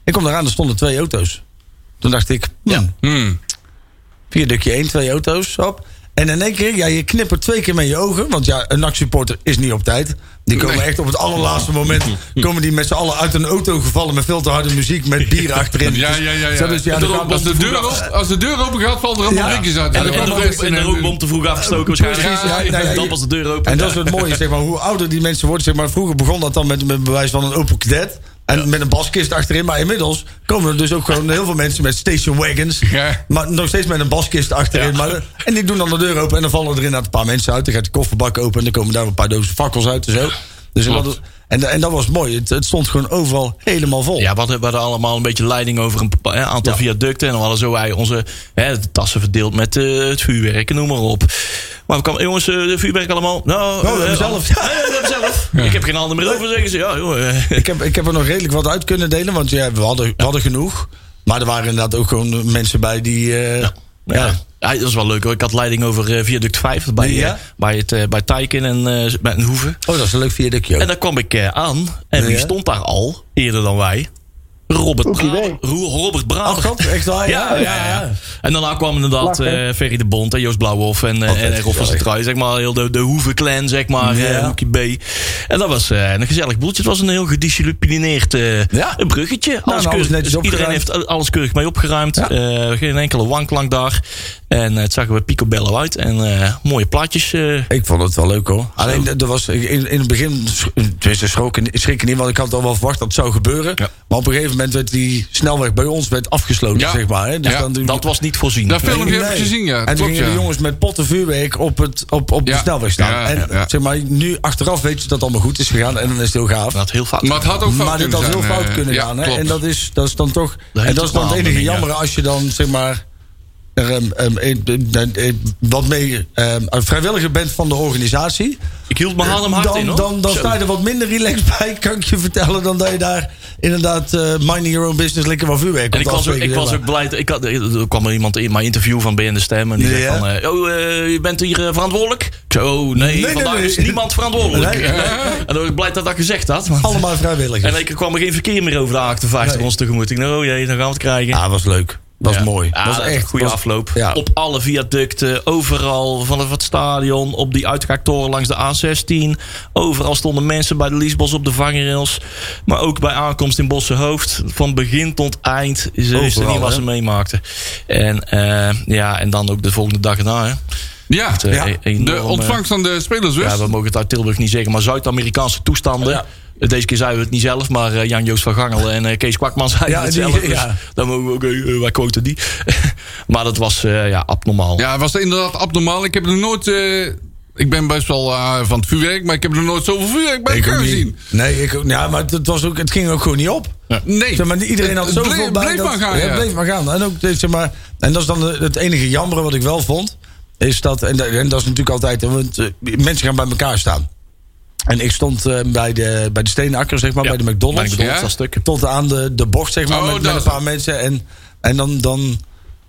S7: ik kom eraan, er stonden twee auto's. Toen dacht ik, ja.
S6: Hmm.
S7: viaductje 1, twee auto's, hop. En in één keer, ja, je knippert twee keer met je ogen. Want ja, een nachtsupporter is niet op tijd. Die komen
S6: Nee.
S7: echt op het allerlaatste moment. Komen die met z'n allen uit een auto gevallen met veel te harde muziek. Met bier achterin.
S6: Ja, ja, ja. ja.
S7: Zo, dus ja,
S6: En
S7: dan
S6: er-
S7: gaat-
S6: als, de deur op, als de deur open gaat, valt er allemaal
S7: Ja.
S6: drinkjes uit.
S5: En,
S6: dan
S5: de- en de
S6: komt
S5: rook-
S6: rest
S5: en de rookbom te vroeg afgestoken waarschijnlijk.
S6: Precies, ja,
S7: ja, ja, ja.
S5: Dan pas de deur open.
S7: En dat is het mooie, zeg maar, hoe ouder die mensen worden. Zeg maar, vroeger begon dat dan met, met bewijs van een Opel Cadet. En met een baskist achterin. Maar inmiddels komen er dus ook gewoon heel veel mensen met station wagons.
S6: Ja.
S7: Maar nog steeds met een baskist achterin. Maar, en die doen dan de deur open. En dan vallen er inderdaad een paar mensen uit. Dan gaat de kofferbak open. En dan komen daar een paar dozen fakkels uit en zo. Dus en dat, en, en dat was mooi. Het, het stond gewoon overal helemaal vol.
S5: Ja, we hadden, we hadden allemaal een beetje leiding over een bepa- hè, aantal
S7: Ja.
S5: viaducten. En we hadden zo wij onze hè, de tassen verdeeld met eh, het vuurwerk en noem maar op. Maar we kwamen, jongens, eh, de vuurwerk allemaal. Nou,
S7: Oh, we hebben zelf.
S5: Ja, we hebben zelf. Ik heb geen handen meer over, zeggen ze. Ja, jongen. eh,
S7: Ik heb, ik heb er nog redelijk wat uit kunnen delen, want ja, we, hadden, we hadden genoeg. Maar er waren inderdaad ook gewoon mensen bij die... eh,
S5: Ja. Ja. Ja, dat was wel leuk hoor. Ik had leiding over eh, viaduct 5 bij,
S7: Ja?
S5: eh, bij, het, eh, bij Tijken en eh, bij een Hoeve.
S7: Oh, dat is een leuk viaductje. ook.
S5: En dan kwam ik eh, aan. En wie
S7: Ja.
S5: stond daar al, eerder dan wij? Robert
S8: Oké,
S5: Braber.
S8: nee.
S5: Ro- Robert
S7: Ach,
S5: Braber.
S7: god, Oh, echt waar?
S5: Ja, ja, ja. En daarna kwamen inderdaad
S8: Lachen.
S5: eh Ferry de Bond en Joost Blauwhof en, eh, en, en Rob van
S7: gezellig.
S5: Sitrui, Zeg maar, heel de, de Hoeve-clan, zeg maar.
S7: Ja.
S5: eh, Hoekie B. En dat was eh, een gezellig boeltje. Het was een heel gedisciplineerd eh,
S7: Ja. Nou,
S5: een bruggetje. Alles
S7: alles
S5: keurig.
S7: netjes
S5: Dus iedereen
S7: opgeruimd.
S5: heeft alles keurig mee opgeruimd.
S7: Ja.
S5: Eh, geen enkele wanklank daar. En eh, het zag er bij Picobello uit. En eh, mooie plaatjes. eh,
S7: Ik vond het wel leuk hoor. Alleen d- er was in, in het begin, sch- tenminste schrokken, schrikken niet, want ik had al wel verwacht dat het zou gebeuren. Maar op een gegeven moment werd die snelweg bij ons werd afgesloten,
S6: Ja.
S7: zeg maar. Hè. Dus
S6: Ja,
S7: dan,
S5: dat was niet voorzien.
S6: Dat filmpje heb ik
S7: Nee.
S6: gezien, ja.
S7: En toen
S6: Klopt,
S7: gingen
S6: ja.
S7: de jongens met potten vuurwerk op, het, op, op de
S6: Ja.
S7: snelweg staan.
S6: Ja,
S7: en
S6: ja, ja.
S7: zeg maar, nu achteraf weet je dat het allemaal goed is gegaan en dan is het heel gaaf.
S5: Dat had heel fout.
S6: Maar het had ook fout
S7: maar dit
S6: kunnen
S7: had heel
S6: zijn,
S7: fout
S6: eh,
S7: kunnen
S6: ja,
S7: gaan. hè.
S6: klopt.
S7: En dat is, dat is dan toch.
S5: Dat
S7: en
S5: heeft
S7: dat is
S5: toch
S7: dan het
S5: wel
S7: enige
S5: andere
S7: jammer als je dan zeg maar. er, ehm, ehm, eh, eh, eh, wat mee ehm, een vrijwilliger bent van de organisatie.
S5: Ik hield mijn adem hard
S7: dan,
S5: in hoor.
S7: Dan, dan
S5: Zo.
S7: sta je er wat minder relaxed bij, kan ik je vertellen, dan dat je daar inderdaad eh, minding your own business lekker wat vuurwerk
S5: En ik
S7: komt
S5: was, ook,
S7: afsteken,
S5: ik was
S7: zeg
S5: ook blij. dat- Ik had, er kwam er iemand in mijn interview van BN de Stem. En die
S7: Ja.
S5: zei van, eh, oh, eh, je bent hier eh, verantwoordelijk? Ik zei, oh nee,
S7: nee,
S5: vandaag
S7: nee.
S5: is niemand verantwoordelijk.
S7: Nee.
S5: En, eh, (laughs) En dan was ik blij dat dat gezegd had. want-
S7: maar. Allemaal
S5: en
S7: vrijwilligers.
S5: ik kwam er geen verkeer meer over de 58
S7: Nee.
S5: ons tegemoet. Ik dacht, oh jee, dan gaan we het krijgen.
S7: Ja, was leuk. Was
S5: Ja.
S7: mooi.
S5: Ja,
S7: was
S5: dat
S7: echt
S5: een goede
S7: was-
S5: afloop.
S7: Ja.
S5: Op alle viaducten, overal, vanaf het stadion, op die uitgaaktoren langs de A16. Overal stonden mensen bij de Liesbos op de vangrails. Maar ook bij aankomst in Bossenhoofd. Van begin tot eind is er
S7: Overal,
S5: niet wat
S7: hè?
S5: ze meemaakten. En, eh, ja, en dan ook de volgende dag erna. Hè.
S6: Ja,
S5: Het, eh,
S7: Ja.
S5: e- enorm,
S6: de ontvangst van de spelers
S5: eh,
S6: dus.
S5: Ja, we mogen het uit Tilburg niet zeggen, maar Zuid-Amerikaanse toestanden. Deze keer zeiden we het niet zelf, maar eh, Jan-Joost van Gangel en eh, Kees Kwakman zeiden
S7: Ja,
S5: het
S7: die-
S5: zelf. dus
S7: ja.
S5: dan mogen we ook, eh, eh, wij quoten die. (laughs) maar dat was eh, ja, abnormaal.
S6: Ja, het was inderdaad abnormaal. Ik heb nog nooit... eh, ik ben best wel eh, van het vuurwerk, maar ik heb nog nooit zoveel vuurwerk bij
S7: ook
S6: elkaar
S7: niet.
S6: gezien.
S7: Nee, ik, ook- ja, maar het, het was ook, het ging ook gewoon niet op.
S6: Nee.
S7: Zeg maar, niet iedereen had
S6: Het
S7: zoveel
S6: bleef-
S7: bij.
S6: bleef
S7: dat,
S6: maar gaan,
S7: Ja,
S6: ja.
S7: bleef maar gaan. En, ook, eh, zeg maar, en dat is dan de- het enige jammer wat ik wel vond. Is dat, en, da- en dat is natuurlijk altijd... Want, eh, mensen gaan bij elkaar staan. En ik stond eh, bij, de, bij de Steenakker, zeg maar, bij de
S5: Bij
S7: McDonald's.
S5: de McDonald's,
S6: Ja?
S5: dat stuk.
S7: Tot aan de, de bocht, zeg maar,
S6: Oh,
S7: met, met een
S6: dat-
S7: paar mensen. En, en dan, dan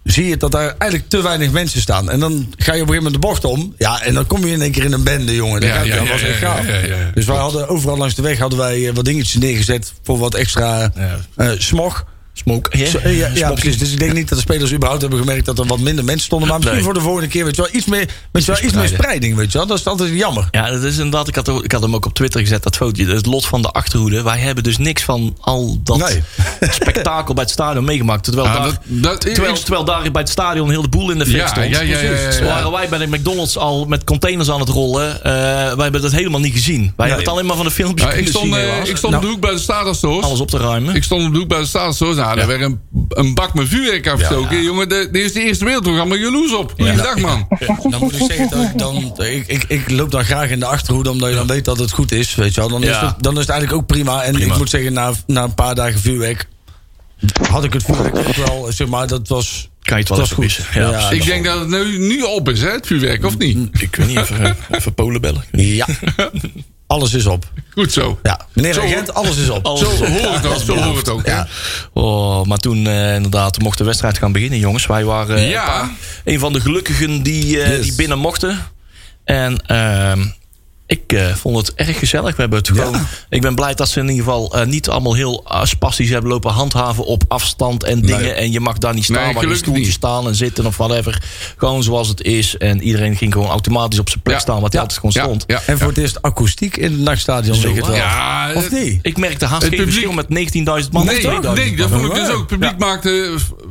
S7: zie je dat daar eigenlijk te weinig mensen staan. En dan ga je op een gegeven moment de bocht om. Ja, en dan kom je in één keer in een bende, jongen. Dat,
S6: Ja,
S7: gaat-
S6: ja,
S7: dat
S6: ja,
S7: was echt
S6: ja,
S7: gaaf.
S6: ja, ja, ja.
S7: Dus wij hadden overal langs de weg hadden wij eh, wat dingetjes neergezet voor wat extra eh, smog.
S5: Smoke. hè?
S7: Zo, eh, ja, ja,
S5: Smoke.
S7: precies. Dus ik denk niet dat de spelers überhaupt hebben gemerkt dat er wat minder mensen stonden. Maar misschien
S5: Nee.
S7: voor de volgende keer weet je wel, iets meer, weet je wel, iets meer spreiding. Weet je wel. Dat is altijd jammer.
S5: Ja, dat is inderdaad. Ik had, ook- ik had hem ook op Twitter gezet, dat fotootje. Het lot van de achterhoede. Wij hebben dus niks van al dat
S7: Nee. (laughs)
S5: spektakel bij het stadion meegemaakt. Terwijl,
S6: Ah,
S5: daar,
S6: dat- dat-
S5: terwijl,
S6: ik-
S5: terwijl daar bij het stadion heel de boel in de fik
S6: Ja,
S5: stond.
S6: ja, ja, ja, ja, ja.
S5: Waren wij bij de McDonald's al met containers aan het rollen. Eh, wij hebben dat helemaal niet gezien. Wij hebben het alleen maar van de filmpjes
S6: Ja, ik
S5: kunnen
S6: stond,
S5: zien,
S6: eh,
S5: helaas.
S6: ik
S7: Nou.
S6: stond op de hoek bij de Stadionstores.
S7: Oh,
S5: Alles op te ruimen.
S6: Ik stond op de hoek bij de Stadionstores. Nou, daar werd een, een bak met vuurwerk afgestoken. Jongen, de- er is de Eerste Wereldoorlog allemaal jaloers op. Goeiedag, man.
S7: Dan Nou, moet ik zeggen dat ik dan... Ik, ik, ik loop dan graag in de achterhoede omdat je dan weet dat het goed is. Weet je wel. Dan,
S5: Ja.
S7: is, het, dan is het eigenlijk ook prima. En ik moet zeggen, na, na een paar dagen vuurwerk... had ik het vuurwerk ook wel... Zeg maar, dat was...
S5: Kan je het wel
S7: dat was
S5: even
S7: goed.
S5: missen. Ja, precies.
S6: Ik denk dat het nu, nu op is, hè, het vuurwerk, of niet?
S5: Ik weet niet, even, eh,
S6: (laughs)
S5: even Polen bellen. (laughs)
S7: Ja. Alles is op.
S6: Goed zo.
S7: Ja. Meneer
S6: Zo-
S7: agent, alles is op.
S5: Alles
S6: Zo
S5: is op.
S6: hoor het ook, zo hoor het ook. hè.
S7: Ja.
S5: Oh, maar toen eh, inderdaad mocht de wedstrijd gaan beginnen, jongens. Wij waren eh,
S6: Ja.
S5: een paar- een van de gelukkigen die, eh,
S7: Yes.
S5: die binnen mochten. Eh, En ehm, ik eh, vond het erg gezellig. We hebben het gewoon. Ik ben blij dat ze in ieder geval eh, niet allemaal heel eh, spastisch hebben lopen handhaven op afstand en dingen. En je mag daar niet staan,
S6: Nee,
S5: maar in een
S6: gelukkig
S5: stoeltje
S6: niet.
S5: staan en zitten of whatever. Gewoon zoals het is. En iedereen ging gewoon automatisch op zijn plek
S6: Ja.
S5: staan, wat hij altijd gewoon
S6: Ja,
S5: stond.
S6: ja,
S7: En voor het eerst akoestiek in het nachtstadion ligt het wel.
S6: Ja, Eh,
S7: Of niet?
S5: Ik merkte haast
S6: Het
S5: geen
S6: publiek-
S5: verschil met 19.000 man of
S6: nee,
S5: 2000
S6: nee, dat
S5: man.
S6: vond ik dus ook. Het publiek maakte eh,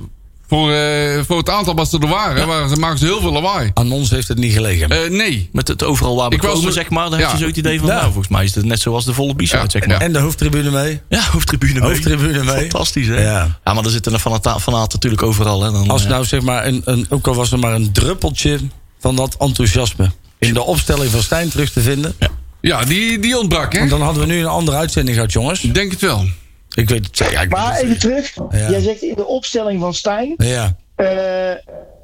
S6: voor, eh, voor het aantal wat ze er waren, waren ze, maakten ze heel veel lawaai.
S7: Aan ons heeft het niet gelegen.
S6: Eh, nee.
S5: Met het overal waar we
S6: Ik was
S5: komen,
S6: er-
S5: zeg maar. Dan
S6: Ja.
S5: heb je zo het idee van,
S7: Ja.
S5: nou, volgens mij is het net zoals de volle b
S6: Ja,
S5: zeg maar.
S7: En de hoofdtribune mee.
S5: Ja, hoofdtribune mee.
S7: Hoofdtribune mee.
S5: Fantastisch, hè?
S7: Ja.
S5: maar er zitten er fanaat, fanaat natuurlijk overal, hè? Dan,
S7: Als
S5: eh,
S7: nou zeg maar, een, een, ook al was er maar een druppeltje van dat enthousiasme. In de opstelling van Stijn terug te vinden.
S6: Ja, die, die ontbrak, hè?
S7: Want dan hadden we nu een andere uitzending gehad, jongens.
S6: Ik Denk het wel.
S7: Ik weet het. Ja, ik
S8: Maar even terug.
S7: Ja.
S8: Jij zegt in de opstelling van Stijn.
S7: ja.
S8: eh,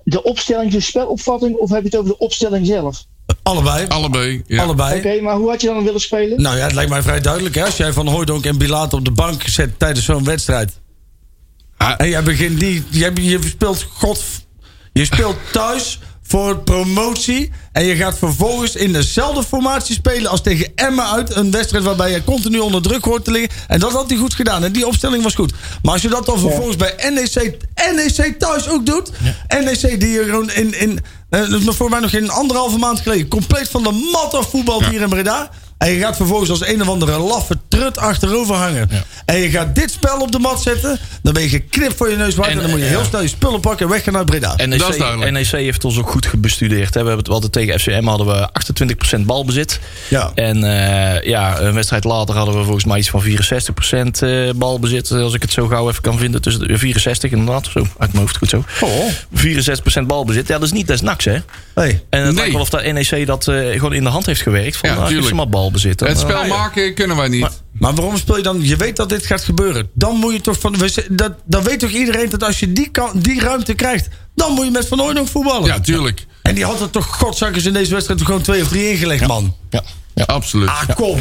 S8: de opstelling, de spelopvatting, of heb je het over de opstelling zelf?
S7: Allebei.
S6: Allebei. Ja.
S7: Allebei.
S8: Oké, maar hoe had je dan willen spelen?
S7: Nou ja, het lijkt mij vrij duidelijk. Hè? Als jij Van Hooydonk en Bilaat op de bank zet tijdens zo'n wedstrijd.
S6: Ah.
S7: En jij begint die. Je, je speelt God. Je speelt thuis voor promotie. En je gaat vervolgens in dezelfde formatie spelen als tegen Emmen uit. Een wedstrijd waarbij je continu onder druk hoort te liggen. En dat had hij goed gedaan. En die opstelling was goed. Maar als je dat dan vervolgens bij E NEC, NEC thuis ook doet. NEC die je gewoon in. in eh, dat is nog voor mij nog geen anderhalve maand geleden. Compleet van de mat af voetbal hier in Breda. En je gaat vervolgens als een of andere laffe trut achterover hangen. En je gaat dit spel op de mat zetten. Dan ben je geknipt voor je neus waard. En,
S5: En,
S7: dan moet je
S5: eh,
S7: heel
S5: ja.
S7: snel je spullen pakken en weggaan naar Breda.
S5: NEC,
S6: Dat is duidelijk.
S5: NEC E heeft ons ook goed bestudeerd. Hè. We hebben het altijd tegen FCM hadden we 28% balbezit.
S7: Ja.
S5: En eh, ja, een wedstrijd later hadden we volgens mij iets van 64% eh, balbezit. Als ik het zo gauw even kan vinden. Tussen de- 64 inderdaad. Zo, uit mijn hoofd goed zo.
S6: Oh.
S5: 64% balbezit. Ja, dat is niet des naks, hè?
S7: Hey.
S5: En het
S6: Nee.
S5: lijkt wel of dat NEC dat eh, gewoon in de hand heeft gewerkt. Van,
S6: Ja,
S5: ja, nou, geef ze
S6: tuurlijk.
S5: maar balbezit.
S6: Het
S5: Dan, eh,
S6: spel maken kunnen wij niet.
S7: Maar waarom speel je dan? Je weet dat dit gaat gebeuren. Dan moet je toch van. we z- Dat, dan weet toch iedereen dat als je die, kan, die ruimte krijgt. dan moet je met Van Ooyen voetballen.
S6: ja, tuurlijk.
S7: En die had er toch godzakkers in deze wedstrijd gewoon twee of drie ingelegd, man.
S5: Ja. Ja.
S6: Absoluut.
S7: Ah, kom.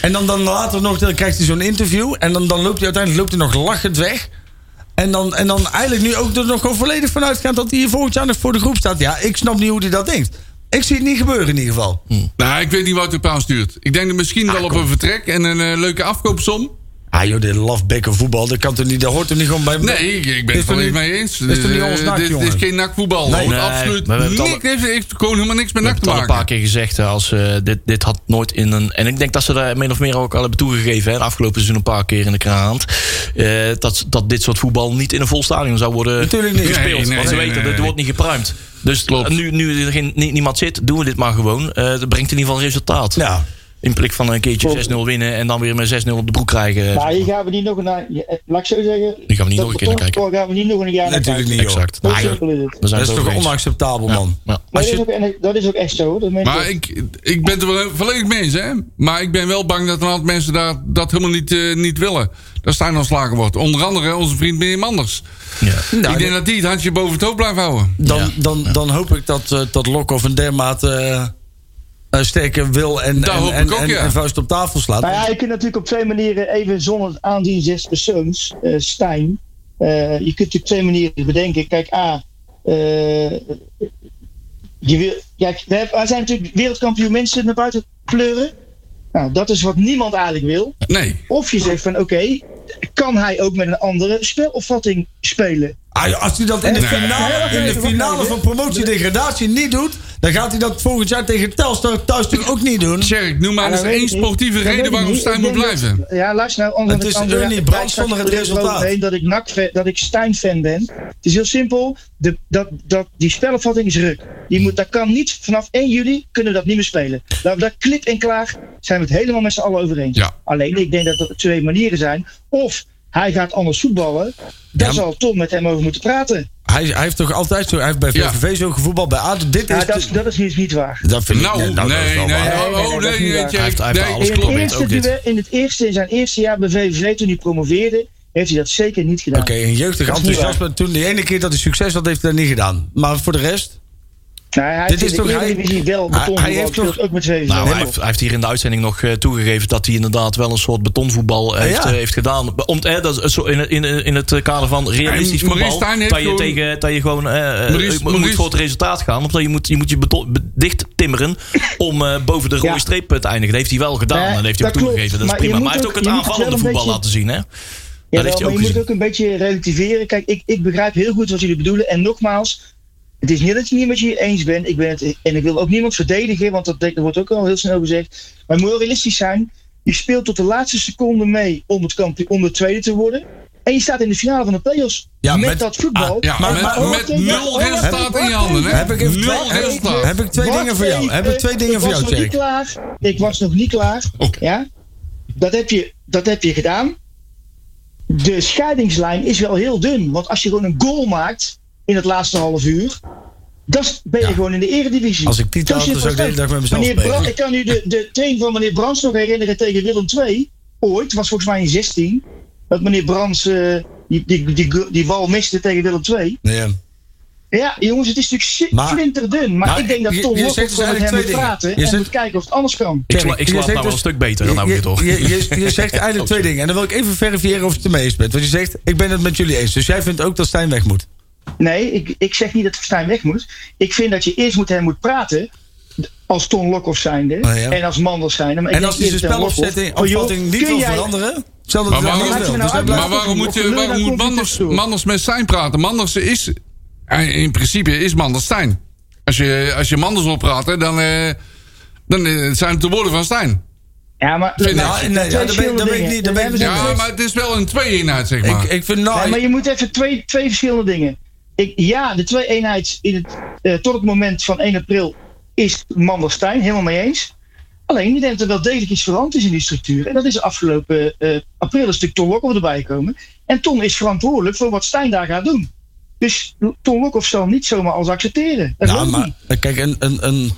S7: En dan, dan later nog, dan krijgt hij zo'n interview. En dan, dan loopt hij uiteindelijk loopt hij nog lachend weg. En dan, en dan eigenlijk nu ook er nog gewoon volledig vanuit gaat dat hij hier volgend jaar nog voor de groep staat. Ja, ik snap niet hoe hij dat denkt. Ik zie het niet gebeuren in ieder geval.
S5: Hm.
S6: Nou, ik weet niet wat de paan stuurt. Ik denk dat misschien wel op een vertrek en een eh, leuke afkoopsom.
S7: Ah joh, dit lafbekken voetbal, dat, kan toch niet, dat hoort er niet gewoon bij.
S6: Nee, ik, ik
S7: Is
S6: ben het
S7: toch
S6: volledig
S7: niet-
S6: mee eens.
S7: is toch niet
S6: Eh,
S7: ons nak,
S6: dit, dit
S7: jongen?
S6: is geen nakvoetbal.
S7: Nee.
S6: hoor.
S5: Nee,
S6: absoluut
S5: maar we hebben
S6: niks.
S5: het al-
S6: heeft- heeft gewoon helemaal niks met
S5: We
S6: nak
S5: hebben
S6: te
S5: het al
S6: maken.
S5: een paar keer gezegd. hè, Als, eh, dit, dit had nooit in een. En ik denk dat ze daar min of meer ook al hebben toegegeven. Hè, de afgelopen seizoen een paar keer in de kraan. eh, dat, dat dit soort voetbal niet in een vol stadion zou worden
S7: Natuurlijk niet.
S5: gespeeld.
S6: Nee, nee,
S5: want ze
S6: nee,
S5: weten,
S6: nee,
S5: het
S6: nee.
S5: wordt niet gepruimd. Dus
S6: Klopt.
S5: nu, nu er geen, nie- niemand zit, doen we dit maar gewoon. Eh, dat brengt in ieder geval resultaat.
S7: Ja.
S5: In plek van een keertje 6-0 winnen en dan weer met 6-0 op de broek krijgen.
S8: Maar Nou, hier gaan we niet nog een. eh, Laat ik zo zeggen.
S5: Die gaan we niet nog een keer naar kijken.
S8: Daar gaan we niet nog een jaar naar
S7: Natuurlijk
S8: kijken.
S7: niet, joh.
S5: exact.
S8: Zo
S5: Nou, joh,
S8: simpel is het.
S5: we zijn
S7: Dat is
S5: het
S7: toch
S5: over eens.
S7: onacceptabel, man.
S5: Ja.
S8: Maar
S7: Als
S8: dat,
S7: je,
S8: is ook, en dat is ook echt zo. hoor. Dat meen
S6: Maar ik, ik ben het er wel volledig mee eens, hè? Maar ik ben wel bang dat een aantal mensen daar, dat helemaal niet, eh, niet willen. Dat Stijn ontslagen wordt. Onder andere onze vriend Meneer Manders.
S5: Ja.
S6: ik denk dat die het handje boven het hoofd blijft houden.
S7: dan, dan, dan hoop ik dat, eh dat Lokhoff een dermate eh, eh, sterke wil en,
S6: Dat
S7: en,
S6: hoop ik
S7: en,
S6: ook,
S7: en-
S6: ja.
S7: en vuist op tafel slaat.
S8: Nou ja, je kunt natuurlijk op twee manieren, even zonder aanzien zes persoons, eh, Stijn. eh, je kunt natuurlijk twee manieren bedenken. Kijk, A. eh, je wil, ja, we, hebben- er zijn natuurlijk wereldkampioen mensen naar buiten pleuren. Nou, dat is wat niemand eigenlijk wil.
S6: Nee.
S8: Of je zegt van oké, kan hij ook met een andere spelopvatting spelen?
S7: Ah, joh, als hij dat in de
S8: Nee.
S7: finale, in de finale van promotie-degradatie niet doet, dan gaat hij dat volgend jaar tegen Telstar thuis toch ook niet doen.
S6: Sjerk, noem maar
S8: Ja, dat Ah,
S6: eens
S8: nou weet
S6: één
S8: ik niet.
S6: sportieve
S8: Dat weet
S6: reden
S8: ik
S6: waarom
S8: niet.
S6: Stijn
S8: Ik
S6: moet
S8: denk dat-
S6: blijven.
S8: Ja, luister nou. anders
S7: Het is
S8: dan-
S7: de Ernie
S8: ja,
S7: Brandt
S8: ik sta
S7: zonder het
S8: volledig
S7: resultaat.
S8: overheen dat ik NAC fan- dat ik Stijn fan ben. Het is heel simpel. De, dat, dat, die spelopvatting is ruk. Die moet, dat kan niet. Vanaf 1 juli kunnen we dat niet meer spelen. Daar, daar klip en klaar zijn we het helemaal met z'n allen over eens.
S6: Ja.
S8: Alleen ik denk dat er twee manieren zijn. Of hij gaat anders voetballen. Daar
S7: Ja,
S8: zal Tom met hem over moeten praten.
S7: Hij, hij heeft toch altijd zo, hij heeft bij
S6: Ja.
S7: VVV zo gevoetbald, bij ADO. Dit
S8: Ja,
S7: is
S8: Dus dat, is- dat is niet, niet waar.
S7: dat vind
S6: Nou,
S7: nee, dat is
S6: nee,
S7: wel
S6: nee.
S7: waar.
S8: waar.
S6: oh,
S8: Nee,
S6: Oh, nee,
S8: nee, dat is niet waar.
S6: Sjerk,
S5: Hij heeft- hij heeft
S6: nee.
S5: alles
S8: In, het
S5: klopt,
S8: eerste
S5: ook dit.
S8: duel- in, het eerste, in zijn eerste jaar bij VVV toen hij promoveerde, heeft hij dat zeker niet gedaan.
S7: Oké, een jeugdig
S8: Dat is niet
S7: enthousiasme. Toen die ene keer dat hij succes had, heeft hij dat niet gedaan. Maar voor de rest...
S8: Nou, hij
S7: Dit
S8: heeft
S7: is
S8: in de
S7: toch- hij-
S8: Eredivisie wel
S5: hij-
S8: beton.
S5: hij
S8: Hij
S5: heeft
S8: heeft
S5: toch-
S8: ook met Zeven.
S5: Nou, hij, heeft, hij heeft hier in de uitzending nog eh, toegegeven dat hij inderdaad wel een soort betonvoetbal
S6: Ah,
S5: heeft,
S7: ja.
S5: eh, heeft gedaan. Om, eh, dat is zo in, in, in het kader van realistisch
S6: En Maurice
S5: voetbal.
S6: Stijn heeft
S5: Dat je,
S6: gewoon-
S5: tegen, dat je gewoon eh, eh,
S6: Maurice-
S5: moet
S6: Maurice-
S5: voor het resultaat gaan. Of dat je moet je, moet je beton, be- dicht timmeren om eh, boven de rode
S8: Ja.
S5: streep te eindigen. Dat heeft hij wel gedaan
S8: Nee,
S5: en dat heeft hij ook
S8: dat klopt.
S5: toegegeven. Dat is
S8: Maar je
S5: prima.
S8: moet
S5: Maar hij heeft
S8: ook-
S5: ook het
S8: je moet het
S5: aanvallende
S8: wel een beetje-
S5: voetbal laten zien. Hè?
S8: Jawel,
S5: heeft hij
S8: maar
S5: ook
S8: je moet
S5: gezien.
S8: ook een beetje relativeren. Kijk, ik, ik begrijp heel goed wat jullie bedoelen. En nogmaals, het is niet dat ik het niet met je eens ben. Ik ben het, en ik wil ook niemand verdedigen, want dat, dat wordt ook al heel snel gezegd. Maar het moet wel realistisch zijn. Je speelt tot de laatste seconde mee om, het kampioen, om de tweede te worden. En je staat in de finale van de playoffs
S7: Ja,
S8: met,
S7: met-
S8: dat voetbal. Oh,
S6: Ja,
S7: Maar-
S6: met,
S7: maar-
S6: met nul resultaat in je handen. Hè?
S7: Heb ik even
S6: nul
S7: twee-
S6: resultaat.
S7: Heb ik twee
S8: Wacht
S7: dingen voor jou?
S8: even,
S7: Heb ik twee dingen voor jou,
S8: was nog niet
S7: Tjerk?
S8: klaar. Ik was nog niet klaar.
S6: Oké.
S8: Ja? Dat, heb je, dat heb je gedaan. De scheidingslijn is wel heel dun. Want als je gewoon een goal maakt in het laatste half uur. Dan ben je gewoon in de eredivisie.
S7: Als ik die
S8: Zo
S7: had, dan
S8: simpel
S7: zou ik de hele
S8: is dat.
S7: dag met mezelf
S8: Meneer
S7: spelen.
S8: Brand- Ik kan u de, de train van meneer Brands nog herinneren tegen Willem II. Ooit, was volgens mij in 16. Dat meneer Brands eh, die, die, die, die bal miste tegen Willem II.
S7: Ja.
S8: Ja, jongens, het is natuurlijk
S7: Maar-
S8: maar, flinterdun. Maar
S7: Nou,
S8: ik denk dat
S7: je-
S8: Tom
S7: je
S8: Lokhoff
S7: zegt dus
S8: gewoon met
S7: eigenlijk
S8: hem moet
S7: twee dingen.
S8: praten.
S7: Je
S8: en
S7: zegt-
S8: moet kijken of het anders kan.
S5: Ik,
S7: Kijk,
S5: sla, ik
S7: je
S5: slaap
S7: zegt
S5: nou wel
S7: dus-
S5: een stuk beter dan
S7: Je-
S5: Auke, toch? Oh,
S7: Je, je,
S5: (laughs)
S7: je zegt eigenlijk twee dingen. En dan wil ik even verifiëren of je het ermee eens bent. Want je zegt, ik ben het met jullie eens. Dus jij vindt ook dat Stijn weg moet.
S8: Nee, ik, ik zeg niet dat Stijn weg moet. Ik vind dat je eerst met hem moet praten. Als Ton Lokhoff zijnde.
S7: Oh ja.
S8: En als Manders zijnde. Maar ik
S7: En
S8: denk
S7: als hij zijn
S8: eerst aan Lokhoff.
S7: spelopzetting
S8: Van, Oh, joh,
S7: opvatting niet
S8: kun
S7: wil
S8: jij-
S7: veranderen... Stel dat
S6: Maar
S7: het wel
S6: waarom,
S7: niet
S8: laat je
S7: wil.
S8: nou
S7: Dus wij
S8: uit-
S7: blijven-
S6: maar waarom moet, je,
S8: Gelul,
S6: waarom
S8: daar
S6: moet
S8: komt hij
S6: Manders,
S8: tussendoor.
S6: Manders met Stijn praten? Manders is... eh, In principe is Manders Stijn. Als je, als je Manders wil praten, dan, eh, dan eh, zijn het de woorden van Stijn.
S8: Ja, maar,
S6: Vind ik-
S8: dat
S7: Nou,
S8: zijn
S7: nee, ja,
S8: twee
S7: daar ben ik- daar ben ik
S8: verschillende
S7: niet- daar ben ik
S8: dingen.
S7: niet-
S6: Ja, maar het is wel een twee-eenheid, zeg maar.
S7: Ik, ik vind
S6: Oh,
S7: nou...
S8: Nee, maar je moet even twee, twee verschillende dingen. Ik, ja, de twee eenheid in het, eh, tot het moment van 1 april is Mandelstein, helemaal mee eens. Alleen, ik denk dat er wel degelijk iets veranderd is in die structuur. En dat is afgelopen eh, april een stuk Ton Lokhoff erbij gekomen. En Ton is verantwoordelijk voor wat Stijn daar gaat doen. Dus Ton Lokhoff zal niet zomaar alles accepteren. Dat
S7: Nou,
S8: geloof ik
S7: maar
S8: niet.
S7: kijk, een, een, een,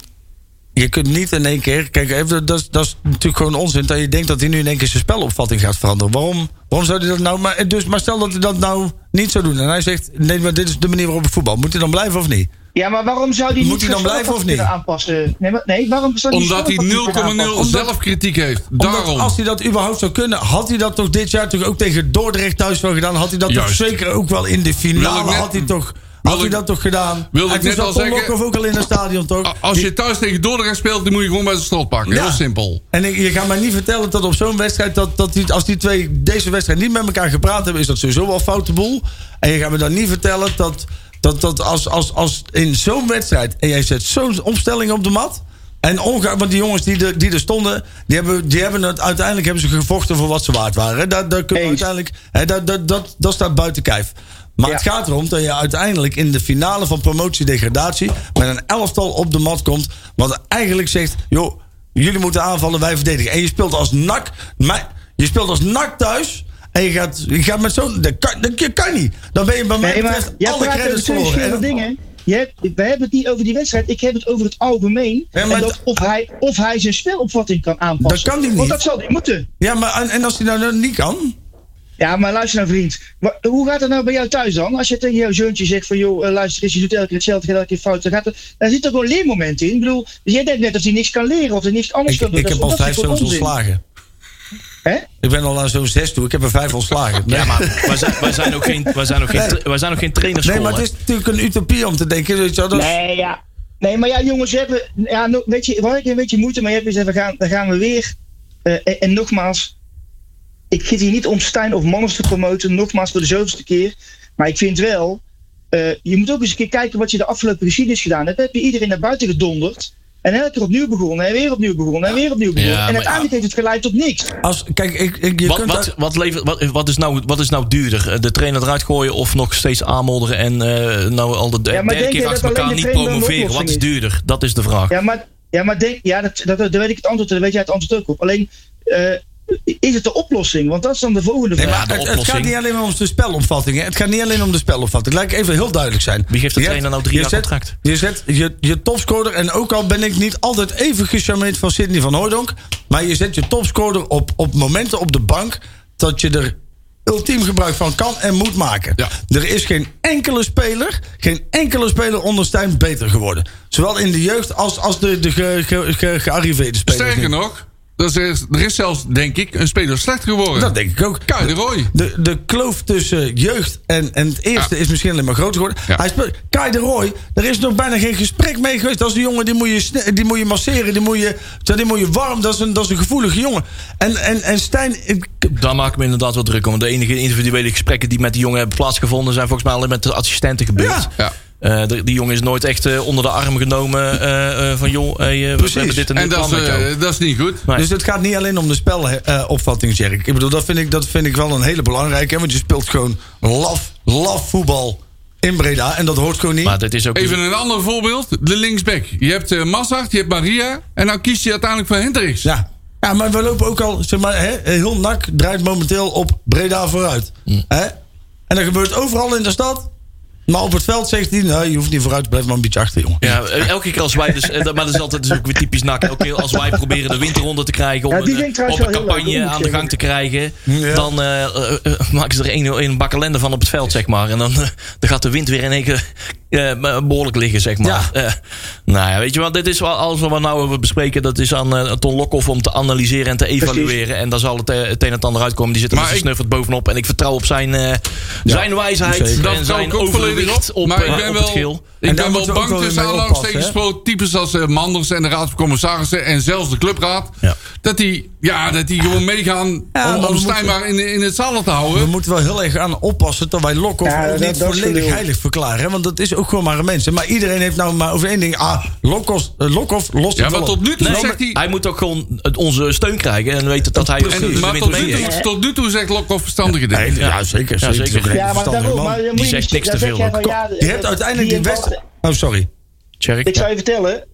S7: je kunt niet in één keer. Kijk, even, dat, is- dat is natuurlijk gewoon onzin. Dat je denkt dat hij nu in één keer zijn spelopvatting gaat veranderen. Waarom, waarom zou hij dat nou. Maar, dus, maar stel dat hij dat nou niet zou doen. En hij zegt: nee, maar dit is de manier waarop ik voetbal. Moet hij dan blijven of niet?
S8: Ja, maar waarom zou die
S7: Moet
S8: niet
S7: hij dan
S8: zijn
S7: blijven of
S8: spelopvatting
S7: niet?
S8: kunnen aanpassen? Nee, maar, nee waarom zou die
S6: Omdat hij
S8: zijn spelopvatting kunnen
S6: 0,0
S8: aanpassen?
S6: zelfkritiek heeft.
S7: Omdat
S6: Daarom.
S7: als hij dat überhaupt zou kunnen, had hij dat toch dit jaar toch ook tegen Dordrecht thuis wel gedaan? Had hij dat
S6: Juist.
S7: toch zeker ook wel in de
S6: Wil ik
S7: finale?
S6: net-
S7: had hij toch.
S6: wil
S7: Had hij
S6: ik-
S7: dat toch gedaan?
S6: wilde
S7: En
S6: ik
S7: toen
S6: net
S7: zat
S6: al
S7: Tom
S6: zeggen-
S7: Lokhoff ook al in het stadion, toch?
S6: A- Als
S7: Die-
S6: je thuis tegen Dordrecht speelt, dan moet je gewoon bij zijn slot pakken.
S7: Ja.
S6: Heel simpel.
S7: En ik- je gaat mij niet vertellen dat op zo'n wedstrijd, dat, dat die, als die twee deze wedstrijd niet met elkaar gepraat hebben, is dat sowieso wel een foute boel. En je gaat me dan niet vertellen dat, dat, dat als, als, als in zo'n wedstrijd, en jij zet zo'n opstelling op de mat. En ongeacht, want die jongens die er, die er stonden, die hebben, die hebben het, uiteindelijk hebben ze gevochten voor wat ze waard waren. hè. Daar, daar kunnen we
S8: Eens.
S7: uiteindelijk, hè, dat, dat, dat, dat staat buiten kijf. Maar
S8: Ja.
S7: het gaat erom dat je uiteindelijk in de finale van promotie-degradatie met een elftal op de mat komt. Wat eigenlijk zegt: joh, jullie moeten aanvallen, wij verdedigen. En je speelt als nak. maar- Je speelt als nak thuis. En je gaat, je gaat met zo'n. Dat kan, dat je kan niet. Dan ben je bij mij
S8: Nee, maar
S7: betreft
S8: jij
S7: alle
S8: praat over
S7: credits
S8: twee
S7: verloren.
S8: verschillende
S7: En-
S8: dingen. Je hebt, we hebben het niet over die wedstrijd. Ik heb het over het algemeen.
S7: Ja, maar
S8: en dat
S7: d-
S8: of, hij, of hij zijn spelopvatting kan aanpassen.
S7: Dat kan hij niet.
S8: Want dat zal hij moeten.
S7: Ja, maar en, en als hij nou, nou niet kan.
S8: Ja, maar luister nou vriend. Maar hoe gaat dat nou bij jou thuis dan? Als je tegen jouw zoontje zegt van... joh, eh, luister eens, je doet elke keer hetzelfde, je doet elke keer fout. Dan, gaat er, dan zit er gewoon leermomenten in. Ik bedoel, jij denkt net of hij niks kan leren of hij niks anders
S7: Ik,
S8: kan doen.
S7: ik
S8: Dat is
S7: heb al vijf
S8: onmogelijk voor
S7: zoons
S8: onzin.
S7: ontslagen.
S8: Hè?
S7: Ik ben al aan zo'n zes toe. Ik heb er vijf ontslagen. Nee,
S5: Ja, maar wij zijn, wij zijn ook geen, wij zijn ook
S8: (laughs)
S5: geen, tra- wij zijn ook geen trainerschool.
S7: nee, maar het is natuurlijk een utopie om te denken. Weet je, wel, dat is-
S8: Nee, ja. Nee, maar ja, jongens, we hebben. Ja, no- weet je, waar ik een beetje moeite mee heb, is dat we gaan, dan gaan we weer. eh, en, en nogmaals, ik zit hier niet om Stijn of Manners te promoten, nogmaals voor de zoveelste keer. Maar ik vind wel, eh, je moet ook eens een keer kijken wat je de afgelopen geschiedenis gedaan hebt. Heb je iedereen naar buiten gedonderd? En elke keer opnieuw begonnen, en weer opnieuw begonnen, en weer opnieuw begonnen.
S5: Ja,
S8: en
S5: maar
S8: uiteindelijk heeft het geleid tot niks.
S7: Als, kijk, ik, ik, je
S5: Wat,
S7: kunt
S5: wat, wat, levert, wat, wat, is nou, wat is nou duurder? De trainer eruit gooien of nog steeds aanmodderen en eh, nou al de de-
S8: Ja, maar
S5: derde
S8: denk
S5: keer
S8: je
S5: achter
S8: dat
S5: elkaar
S8: alleen de
S5: niet
S8: trainer dan de
S5: promoveren? Wat is
S8: oplossing
S5: duurder? Dat is de vraag.
S8: Ja, maar, ja, maar denk, ja, dat, dat, daar weet ik het antwoord, daar weet jij het antwoord ook op. Alleen, eh, is het de oplossing? Want dat is dan de volgende
S7: Nee,
S8: vraag.
S7: maar
S5: Ja, de
S7: het, het gaat
S5: oplossing.
S7: niet alleen maar om de spelopvatting. hè. Het gaat niet alleen om de spelopvatting. Laat ik even heel duidelijk zijn.
S5: Wie geeft de
S7: Je
S5: trainer
S7: hebt-
S5: nou drie
S7: je
S5: jaar
S7: zet-
S5: contract?
S7: Je zet je, je topscorer, en ook al ben ik niet altijd even gecharmeerd van Sidney van Hooydonk... maar je zet je topscorer op, op momenten op de bank... dat je er ultiem gebruik van kan en moet maken.
S6: Ja.
S7: Er is geen enkele speler, geen enkele speler onder Stijn beter geworden. Zowel in de jeugd als, als de, de ge, ge- ge- gearriveerde spelers.
S6: Sterker
S7: nu.
S6: nog, dat is, er is zelfs, denk ik, een speler slecht geworden.
S7: Dat denk ik ook.
S6: Kai de Roy.
S7: De, de kloof tussen jeugd en, en het eerste
S6: Ja.
S7: is misschien alleen maar groter geworden.
S6: Ja.
S7: Hij speelt, Kai de Roy, er is nog bijna geen gesprek mee geweest. Dat is een jongen die moet je, sne- die moet je masseren, die moet je, die moet je warm. Dat is een, dat is een gevoelige jongen. En, en, en Stijn, ik-
S5: Daar maak ik me inderdaad wel druk om. Want de enige individuele gesprekken die met die jongen hebben plaatsgevonden... zijn volgens mij alleen met de assistenten gebeurd.
S6: Ja.
S5: Eh, de- die jongen is nooit echt eh, onder de arm genomen eh, eh, van... joh, hey, eh, we
S7: Precies.
S5: hebben dit en dit
S6: En dat is,
S5: plan met jou.
S6: eh, dat is niet goed.
S5: Nee.
S7: Dus het gaat niet alleen om de spelopvatting, zeg ik. Ik bedoel, dat vind ik, dat vind ik wel een hele belangrijke. hè, Want je speelt gewoon laf, laf voetbal in Breda. En dat hoort gewoon niet.
S5: Maar dit is ook...
S6: Even een ander voorbeeld. De linksback. Je hebt eh Massart, je hebt Maria. En dan kies je uiteindelijk voor Hendricks.
S7: ja. ja, maar we lopen ook al, zeg maar, hè, heel nak draait momenteel op Breda vooruit. Hè? En dat gebeurt overal in de stad. Maar op het veld zegt hij, nee, je hoeft niet vooruit, blijf maar een beetje achter, jongen.
S5: Ja, eh, elke keer als wij dus, eh, dat- maar dat is altijd dus ook weer typisch nak. Elke keer als wij proberen de winterronde te krijgen om
S8: Ja, die
S5: een,
S8: ging
S5: eh,
S8: trouwens
S5: om een
S8: wel heel leuk,
S5: campagne
S8: moet ik
S5: aan de gang
S8: zeggen.
S5: te krijgen,
S7: Ja.
S5: dan eh, eh, eh, maken ze er één een bakkelende van op het veld, zeg maar. En dan, eh, dan gaat de wind weer in één keer eh, behoorlijk liggen, zeg maar. Eh, nou ja, weet je wel, dit is wel alles wat we nou hebben bespreken. Dat is aan eh, Ton Lokhoff om te analyseren en te evalueren. En daar zal het eh, het een en het ander uitkomen. Die zit er
S6: Maar
S5: met zijn
S6: ik-
S5: snuffert bovenop. En ik vertrouw op zijn, eh, zijn wijsheid
S7: zeker.
S6: Dat
S5: en
S6: zou
S5: zijn
S6: ik ook volledig
S5: overwicht
S6: op.
S5: op,
S6: maar ik
S5: eh,
S6: ben
S5: op
S6: wel,
S5: het geel.
S6: ik
S7: En daar
S6: ben wel
S7: moeten we ook
S6: bang
S7: wel
S6: tussen
S7: mee
S6: aanlangs
S7: oppassen,
S6: tegen
S7: hè?
S6: pro- types als eh, Manders en de Raad van Commissarissen en zelfs de Clubraad.
S5: Ja.
S6: Dat die, ja, dat die gewoon meegaan
S7: maar
S6: om,
S7: we
S6: om
S7: moeten-
S6: Stijn maar in, in het zadel te
S7: We
S6: houden.
S7: moeten wel heel erg aan oppassen dat wij Lokhoff
S8: Ja,
S7: ook
S8: dat-
S7: niet
S8: dat is
S7: volledig
S8: gelul.
S7: heilig verklaren. hè, Want dat is ook gewoon maar een mens. hè. Maar iedereen heeft nou maar over één ding. Ah, Lokhoff, eh, Lokhoff lost
S6: Ja,
S7: het
S6: maar
S7: wel
S6: tot
S7: op.
S6: nu toe
S5: Nee,
S6: zegt hij...
S5: Hij moet ook gewoon het- onze steun krijgen en weten dat hij ook
S6: en-
S5: de
S6: maar
S5: winter
S6: tot
S5: mee
S6: nu,
S5: heeft.
S6: toe, tot nu toe zegt Lokhoff verstandige dingen.
S7: Nee, ja, zeker.
S5: Ja,
S7: zeker.
S5: zeker.
S7: Het is ook een
S8: Ja, maar
S7: verstandige
S8: daarom.
S7: man.
S8: Maar je moet
S5: Die
S8: je
S5: zegt
S8: niet-
S5: niks te
S8: dan zeg
S5: veel,
S8: jij
S5: hoor.
S8: van, ja,
S7: Je hebt
S8: dat-
S7: uiteindelijk die
S8: die-
S7: wedstrijd... Oh, sorry.
S5: Tjerk,
S8: Ik zou je vertellen.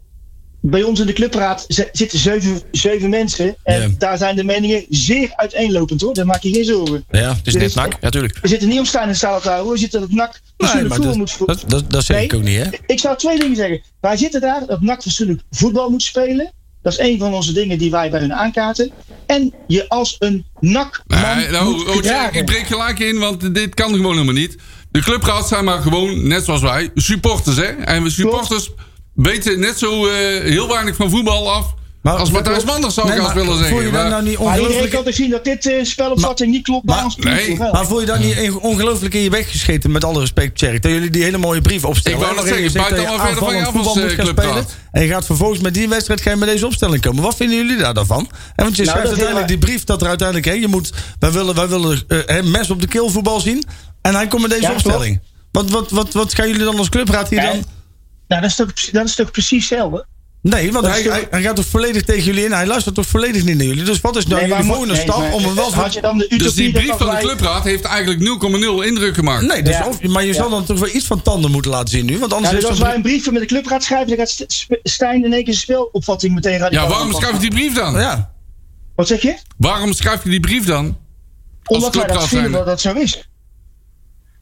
S8: Bij ons in de clubraad z- zitten zeven, zeven mensen. En
S7: Ja.
S8: daar zijn de meningen zeer uiteenlopend hoor. Daar maak je geen zorgen.
S5: ja, het is
S8: dit
S5: net
S8: is-
S5: nak. Ja, tuurlijk.
S8: We zitten niet om Stijn en Staal te houden. We zitten dat NAC
S7: Nee,
S8: fatsoenlijk
S7: maar
S8: voetbal
S7: dat,
S8: moet voetballen.
S7: dat, dat, dat zeg ik ook niet, hè?
S8: Ik zou twee dingen zeggen. Wij zitten daar dat NAC fatsoenlijk voetbal moet spelen. Dat is een van onze dingen die wij bij hun aankaarten. En je als een nak man
S6: Nee, nou,
S8: moet
S6: oh, Jack,
S8: gedragen.
S6: ik breek gelijk in, want dit kan gewoon helemaal niet. De clubraad zijn maar gewoon, net zoals wij, supporters. Hè? En we supporters weten net zo eh, heel weinig van voetbal af... als Matthijs Manders zou ik
S7: Nee,
S6: als
S7: maar
S6: willen
S7: Voel je
S6: zeggen.
S7: dat
S6: Maar-
S7: nou niet
S8: Maar iedereen kan
S7: ongelooflijk...
S8: toch zien dat dit eh, spelopvatting niet klopt bij
S7: maar-
S8: ons ploeg,
S6: nee.
S8: of wel?
S7: Maar voel je dan niet in- ongelooflijk in je weg gescheten, met alle respect, Tjerk? Dat jullie die hele mooie brief opstellen.
S6: Ik wou
S7: hè,
S6: net
S7: waarin je
S6: zeggen,
S7: zegt
S6: buiten
S7: dat je
S6: allemaal verder van
S7: aanvallend
S6: je af
S7: voetbal
S6: als,
S7: moet
S6: eh,
S7: gaan spelen. En je gaat vervolgens met die wedstrijd ga je met deze opstelling komen. Wat vinden jullie daar dan van? En want je
S8: Nou,
S7: schrijft
S8: dat is
S7: uiteindelijk die
S8: heel-
S7: brief dat er uiteindelijk... Hè, je moet, wij willen, wij willen eh, hè, mes op de keel voetbal zien. En hij komt met deze
S8: Ja,
S7: opstelling. Wat, wat, wat, wat gaan jullie dan als clubraad hier
S8: Ja.
S7: dan...
S8: Nou, dat is toch, dat is toch precies hetzelfde?
S7: Nee, want
S8: Dat
S7: hij,
S8: is toch-
S7: hij, hij gaat toch volledig tegen jullie in. Hij luistert toch volledig niet naar jullie. Dus wat is nou
S8: maar
S7: jullie
S8: moet-
S7: volgende
S8: nee,
S7: stap
S8: maar- eh,
S7: om hem wel...
S8: Had je dan de utopie
S6: Dus die
S8: dat
S6: brief van de
S8: wij-
S6: clubraad heeft eigenlijk 0,0 indruk gemaakt.
S7: Nee, dus
S8: Ja.
S7: of, maar je zal dan toch wel iets van tanden moeten laten zien nu. Want
S8: Ja,
S7: anders
S8: dus
S7: is
S8: als
S7: zo'n
S8: wij een brief met de clubraad schrijven, dan gaat St- Sp- Stijn in één keer zijn spelopvatting meteen radicaal
S6: Ja, waarom
S8: aanpassen.
S6: schrijf je die brief dan?
S7: brief- Oh, Ja,
S8: Wat zeg je?
S6: Waarom schrijf je die brief dan?
S8: Omdat wij dat
S6: clubraad
S8: vinden
S6: zijn.
S8: dat dat zo is.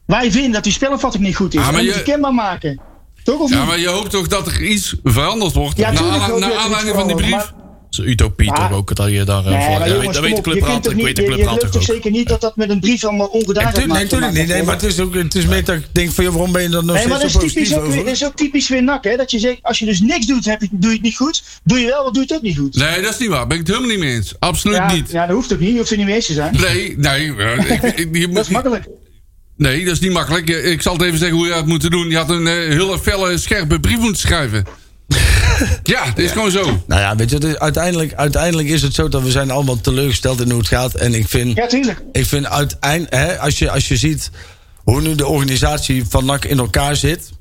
S8: Wij vinden dat die spelopvatting niet goed is.
S6: Ah, maar
S8: en
S6: je-
S8: moet je kenbaar maken. Toch of
S6: Ja,
S8: niet?
S6: maar je hoopt toch dat er iets veranderd wordt?
S8: Ja,
S6: naar
S8: tuurlijk
S6: aanla-
S8: hoop je
S6: naar
S8: dat er
S6: aanleiding
S8: iets
S6: van die brief?
S8: verandert,
S5: Dat is een utopie
S8: Maar-
S5: toch ook, dat je daar... eh,
S8: Nee,
S5: voor-
S8: maar jongens,
S5: ja, weet- dat
S8: kom
S5: weet de
S8: op, je kunt
S5: clubraad
S8: toch
S5: ik weet
S8: niet-
S5: de
S8: je- Je
S5: clubraad
S8: lukt
S5: toch
S8: toch
S5: ook.
S8: zeker niet dat dat met een brief allemaal ongedaan gaat
S7: natuurlijk nee,
S8: maken.
S7: tuurlijk niet. Nee, maar het is, ook, het is meer dat ik denk van... joh, waarom ben je dan nog
S8: Nee, maar dat
S7: steeds
S8: is
S7: zo positief
S8: typisch ook weer,
S7: over?
S8: dat is ook typisch weer nak, hè? Dat je zegt, als je dus niks doet, heb je, doe je het niet goed. Doe je wel, dan doe je het ook niet goed.
S6: Nee, dat is niet waar. Ben ik het helemaal niet mee eens. Absoluut
S8: ja,
S6: niet.
S8: ja, dat hoeft ook niet. Je hoeft er niet mee eens te zijn.
S6: Nee, nee. eh, ik- ik- je
S8: Dat is
S6: moet-
S8: makkelijk.
S6: Nee, dat is niet makkelijk. Je- Ik zal het even zeggen hoe je dat moet doen. Je had een eh, hele felle, scherpe brief moeten
S7: (laughs)
S6: schrijven. ja, het is gewoon zo.
S7: Nou ja, weet je, het is- uiteindelijk, uiteindelijk is het zo dat we zijn allemaal teleurgesteld in hoe het gaat. En ik vind...
S8: Ja, tuurlijk.
S7: Ik vind uiteindelijk, hè, als, je, als je ziet hoe nu de organisatie van NAC in elkaar zit.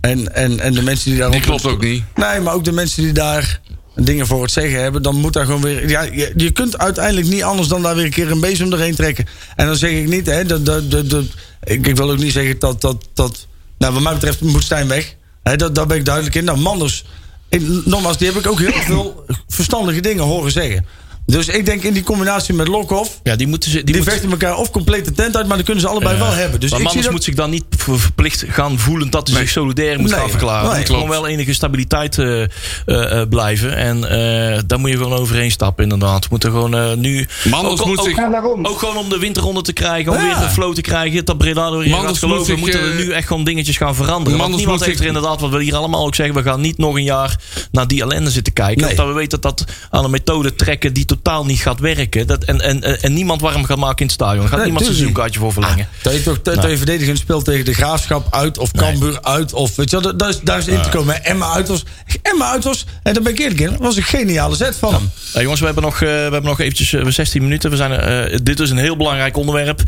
S7: En, en, en de mensen die daar.
S6: Die klopt ook niet.
S7: Nee, maar ook de mensen die daar dingen voor het zeggen hebben. Dan moet daar gewoon weer. Ja, je, je kunt uiteindelijk niet anders dan daar weer een keer een bezem erheen trekken. En dan zeg ik niet, hè, dat, dat, dat, dat- ik, ik wil ook niet zeggen dat. dat, dat nou, wat mij betreft moet Stijn weg. Hè, dat, daar ben ik
S5: (clears throat)
S7: duidelijk in. Nou, Manders, in, nogmaals, die heb ik ook heel veel verstandige dingen horen zeggen. Dus ik denk in die combinatie met Lokhoff.
S5: Ja, die moeten ze.
S7: Die,
S5: die moeten-
S7: vechten elkaar of compleet de tent uit, maar dan kunnen ze allebei wel hebben. Dus
S5: maar
S7: ik zie
S5: Manders
S7: dat,
S5: moet zich dan niet ver- verplicht gaan voelen dat hij zich solidair moet
S7: Nee,
S5: gaan verklaren.
S7: nee,
S5: er moet
S7: klopt.
S5: gewoon wel enige stabiliteit eh, eh, eh, blijven. En eh, daar moet je gewoon overheen stappen, inderdaad. We moeten gewoon eh, nu.
S6: Manders
S5: ook,
S6: moet
S5: ook-
S6: zich-
S8: Ja, daarom.
S5: Ook gewoon om de winterronde te krijgen, om
S7: Ja.
S5: weer een flow te krijgen. Dat Breda door hier gaat
S6: Manders
S5: geloven.
S6: moet
S5: moeten
S6: zich,
S5: er
S6: eh,
S5: nu echt gewoon dingetjes gaan veranderen. Want
S6: Manders
S5: niemand
S6: moet
S5: heeft
S6: zich-
S5: er inderdaad, wat we hier allemaal ook zeggen... we gaan niet nog een jaar naar die ellende zitten kijken.
S7: Nee.
S5: Want dan we weten dat dat aan een methode trekken... die totaal niet gaat werken. Dat, en, en, en, en niemand warm gaat maken in het stadion. Daar gaat
S7: Nee,
S5: niemand zijn
S7: tuurlijk.
S5: seizoenkaartje voor verlengen.
S7: dat je toch dat, dat je verdedigend speelt tegen de Graafschap uit of Cambuur uit of weet je wel, dat- daar is, daar is in te komen. En Emma uit was, Emma uit was, en daar ben ik eerlijk in, dat was een geniale zet van hem.
S5: Eh, jongens, we hebben nog, eh, we hebben nog eventjes eh, 16 minuten. We zijn, eh, dit is een heel belangrijk onderwerp.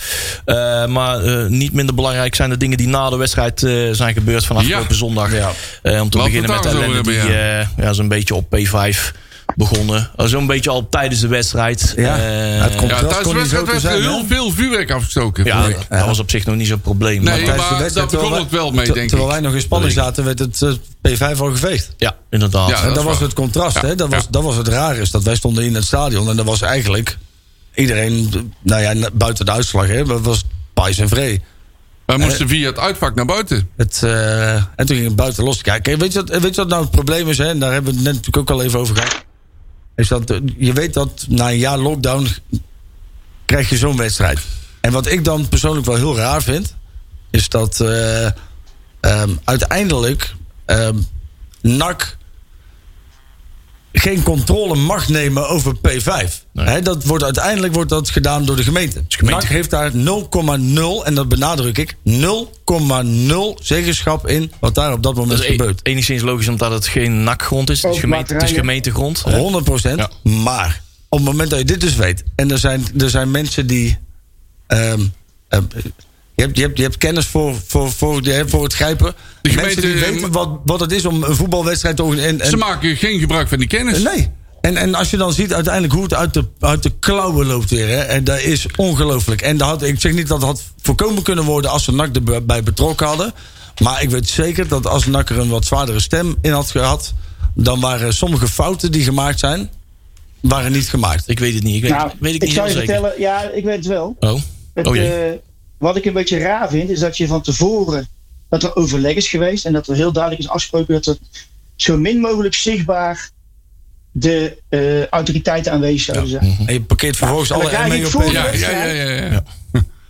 S5: Eh, maar eh, niet minder belangrijk zijn de dingen die na de wedstrijd eh, zijn gebeurd van afgelopen
S6: Ja.
S5: zondag. Eh, om te
S6: Laten we
S5: beginnen
S6: het
S5: met de
S6: daar eens
S5: ellende
S6: over
S5: die
S6: hebben,
S5: eh, ja, zo'n beetje op P5 begonnen. Eh, zo'n beetje al tijdens de wedstrijd.
S7: Ja,
S5: Eh,
S7: het komt-
S6: Ja,
S7: Dat
S6: tijdens
S7: kon
S6: de
S7: niet zo
S6: wedstrijd
S7: te
S6: werd er
S7: zijn,
S6: heel
S7: hè?
S6: veel vuurwerk afgestoken.
S5: ja,
S6: vond ik.
S5: dat, dat was op zich nog niet zo'n probleem.
S6: Nee,
S5: Maar-
S7: Tijdens de
S6: maar
S7: wedstrijd
S6: daar begon
S7: terwijl
S6: het
S7: wij-
S6: wel mee,
S7: ter-
S6: denk ik.
S7: Terwijl wij nog in spanning zaten, werd het eh, P5 al geveegd.
S5: ja, inderdaad.
S6: Ja,
S7: en
S6: dat
S7: dat
S6: is
S7: was
S6: waar.
S7: het contrast. Hè? Dat, was, dat was het rare. Is dat wij stonden in het stadion en dat was eigenlijk iedereen, nou ja, na- buiten de uitslag, hè, dat was pais en vree.
S6: Wij moesten via het uitvak naar buiten.
S7: Het, eh, en toen ging het buiten los. Kijk, en weet je, wat, weet je wat nou het probleem is? Hè? En daar hebben we het net natuurlijk ook al even over gehad. Is dat, eh, je weet dat na een jaar lockdown krijg je zo'n wedstrijd. En wat ik dan persoonlijk wel heel raar vind, is dat eh, ehm, uiteindelijk ehm, NAC geen controle mag nemen over P5. Hè, dat wordt, uiteindelijk wordt dat gedaan door de gemeente.
S5: gemeente.
S7: NAC heeft daar 0,0, en dat benadruk ik, 0,0 zeggenschap in wat daar op dat moment
S5: Dat is e-
S7: gebeurt.
S5: enigszins logisch omdat het geen nakgrond is. Het is,
S8: Ook
S5: gemeente, het is
S8: materijen.
S5: gemeentegrond.
S7: 100 procent. Maar op het moment dat je dit dus weet. En er zijn, er zijn mensen die. ehm, ehm, je, hebt, je, hebt, je hebt kennis voor, voor, voor, je hebt voor het grijpen.
S6: De
S7: mensen die
S6: gemeente, ehm,
S7: weten wat, wat het is om een voetbalwedstrijd te organiseren. En-
S6: Ze maken geen gebruik van die kennis.
S7: Eh,
S8: Dus-
S7: Nee. En, en als je dan ziet uiteindelijk hoe het uit de, uit de klauwen loopt weer. Hè, en dat is ongelooflijk. En dat had, ik zeg niet dat het had voorkomen kunnen worden als ze NAC erbij betrokken hadden. Maar ik weet zeker dat als NAC er een wat zwaardere stem in had gehad... dan waren sommige fouten die gemaakt zijn, waren niet gemaakt.
S5: Ik weet het niet. Ik weet,
S8: Nou,
S5: weet ik
S8: ik,
S5: niet
S8: zou je
S5: heel zeker.
S8: vertellen, ja, ik weet het wel.
S5: Oh,
S8: Het,
S5: oh jee.
S8: eh, wat ik een beetje raar vind, is dat je van tevoren dat er overleg is geweest en dat er heel duidelijk is afgesproken dat er zo min mogelijk zichtbaar de eh, autoriteiten aanwezig zouden zijn.
S5: Mhm.
S7: En je parkeert vervolgens
S8: Ja, en
S7: alle E
S8: dan krijg
S7: ME
S8: ik
S7: op
S8: voor-
S7: één.
S6: Ja, ja, ja, ja, ja.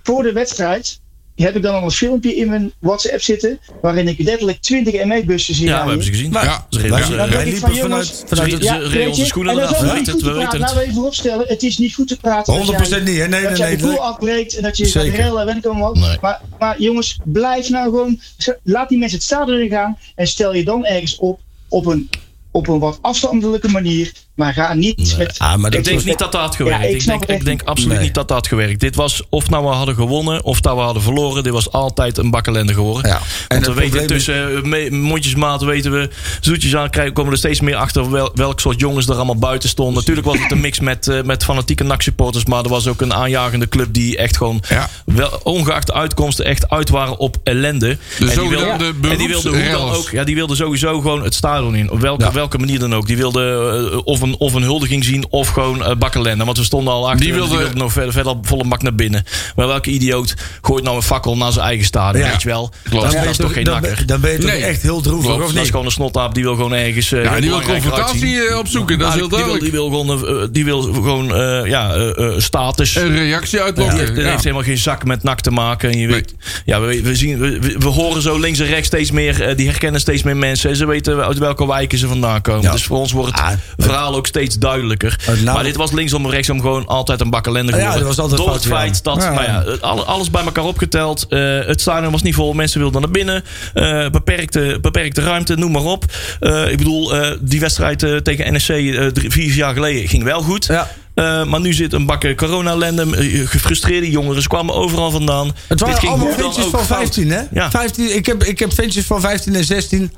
S8: Voor de wedstrijd heb ik dan al een filmpje in mijn WhatsApp zitten waarin ik letterlijk 20 ME-bussen zie
S5: Ja, we
S8: rijden.
S5: hebben ze gezien.
S6: Ja.
S5: Ja, ze
S7: Wij-
S5: reden-
S8: dan
S5: ze-
S8: denk
S7: wij
S8: ik
S7: liepen
S8: van, jongens,
S7: vanuit, vanuit
S5: ze-
S7: het...
S5: ze
S8: weet
S5: reden eh, onze
S8: je,
S5: schoenen
S8: en dat
S5: eraf.
S8: is
S5: We
S8: ook
S5: weten
S8: niet
S5: het,
S8: goed
S5: we
S8: te
S5: weten
S8: praten. Laten
S5: het.
S8: we even opstellen, het is niet goed te praten. dat
S7: 100%
S8: jij-
S7: niet, hè? Nee,
S8: dat
S7: nee,
S8: jij
S7: nee,
S8: de boel
S7: nee.
S8: afbreekt en dat je
S7: Zeker.
S8: gaat rellen, weet ik allemaal. wat.
S5: Nee.
S8: Maar, maar jongens, blijf nou gewoon, laat die mensen het stadion in gaan en stel je dan ergens op, op een, op een wat afstandelijke manier, maar ga niet met...
S7: Ah, maar dat
S5: Ik denk
S7: was-
S5: niet dat dat had gewerkt.
S8: Ja, ik
S5: ik,
S8: snap
S5: denk,
S8: het
S5: ik denk absoluut
S7: Nee.
S5: niet dat dat had gewerkt. Dit was of nou we hadden gewonnen of dat we hadden verloren. Dit was altijd een bakkelende geworden.
S7: Ja. En
S5: Want
S7: het
S5: we weten
S7: probleem is-
S5: tussen eh, me- mondjesmaat weten we, zoetjes aan krijgen, komen we er steeds meer achter wel, welk soort jongens er allemaal buiten stonden. Natuurlijk was het een mix met, eh, met fanatieke NAC-supporters, maar er was ook een aanjagende club die echt gewoon,
S6: Ja.
S5: wel, ongeacht de uitkomsten, echt uit waren op ellende. die wilde,
S6: zogenaamde
S5: en die wilde hoe dan
S6: beroepsrellers.
S5: ook ja, die wilde sowieso gewoon het stadion in. Op welke,
S7: Ja.
S5: welke manier dan ook. Die wilde eh, of, een, of een huldiging zien of gewoon eh bakkelende. Want we stonden al achter.
S6: Die wilde-
S5: dus die wilde nog verder, verder volle mak naar binnen. Maar welke idioot gooit nou een fakkel naar zijn eigen stadion?
S7: Ja.
S5: Weet je wel? Dat,
S6: Dan
S5: is-
S7: ben
S5: dat
S7: je
S5: is toch geen
S7: dan ben-
S5: nakker?
S7: Dan ben je toch
S6: Nee.
S7: echt heel droevig,
S6: Klopt.
S7: of
S5: Dat is
S7: niet?
S5: gewoon een snottaap. Die wil gewoon ergens. eh,
S6: Ja,
S5: heel
S6: die wil
S5: belangrijk eruit zien.
S6: confrontatie eh, opzoeken, dat is heel
S5: die, wil,
S6: duidelijk.
S5: die wil gewoon, eh, eh, die wil gewoon eh, ja, eh, eh, status.
S6: Een reactie
S5: Het
S6: uitlokken.
S5: heeft,
S6: ja.
S5: heeft helemaal geen zak met nak te maken. En je weet, ja, we, we, zien, we, we- we horen zo links en rechts steeds meer. eh, die herkennen steeds meer mensen. En ze weten uit welke wijken ze vandaan komen.
S7: Ja.
S5: Dus voor ons wordt het
S7: Ah, het-
S5: verhaal ook steeds duidelijker.
S7: Het nou-
S5: maar dit was linksom en rechtsom gewoon altijd een bakkelende
S7: Ja,
S5: geworden.
S7: dat was altijd
S5: Door het
S7: fout, ja.
S5: feit dat
S7: Ja.
S5: nou ja, het- alle- alles bij elkaar opgeteld. eh, het stadion was niet vol. Mensen wilden naar binnen. eh, beperkte, beperkte ruimte, noem maar op. Eh, ik bedoel, eh, die wedstrijd eh, tegen NSC eh, drie, vier jaar geleden ging wel goed.
S7: Ja.
S5: Eh, maar nu zit een bak corona-ellende. eh, Gefrustreerde jongeren. Ze kwamen overal vandaan.
S7: Het waren
S5: Dit ging
S7: allemaal
S5: hoe dan
S7: ventjes
S5: ook
S7: van
S5: fout.
S7: 15, hè?
S5: Ja.
S7: 15, ik, heb, ik heb ventjes van 15 en 16.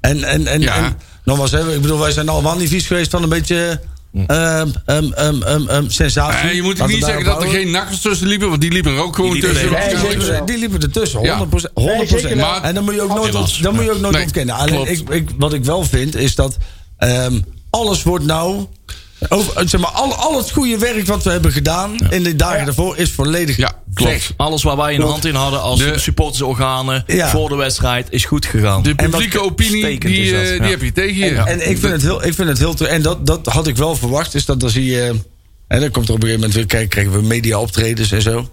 S7: En, en, en,
S6: Ja.
S7: en nogmaals, hè, ik bedoel, wij zijn allemaal niet vies geweest van een beetje ehm, ehm, ehm, ehm, ehm, sensatie.
S6: Eh, je moet ook
S7: Laten
S6: niet
S7: we
S6: zeggen
S7: daarop
S6: dat er
S7: houden.
S6: geen nakkers tussen liepen, want die liepen er ook gewoon
S5: Die liepen
S6: tussen.
S5: er
S7: Nee,
S8: geen-
S6: waarschijnlijk.
S7: zeker, die liepen ertussen, 100%.
S6: Ja.
S7: 100%.
S8: Nee, zeker
S6: wel.
S7: en dan moet je ook nooit,
S5: Helaas.
S7: dan moet je ook nooit
S6: Nee,
S7: ontkennen. Alleen,
S6: klopt.
S7: ik, ik, wat ik wel vind, is dat ehm, alles wordt nou Over, zeg maar, al, al het goede werk wat we hebben gedaan in de dagen daarvoor is volledig
S6: Ja,
S7: weg.
S6: klopt.
S5: Alles waar wij een hand in hadden als
S6: De-
S5: supportersorganen
S7: Ja.
S5: voor de wedstrijd is goed gegaan.
S6: De
S7: wat
S6: publieke opinie,
S5: stekend
S6: die,
S5: is dat,
S6: eh,
S5: ja.
S6: die heb je tegen je.
S7: En ik vind het heel, ik vind het heel te- En dat, dat had ik wel verwacht. Is dat dan zie je. En dan komt er op een gegeven moment weer. Kijk, krijgen we media optredens en zo.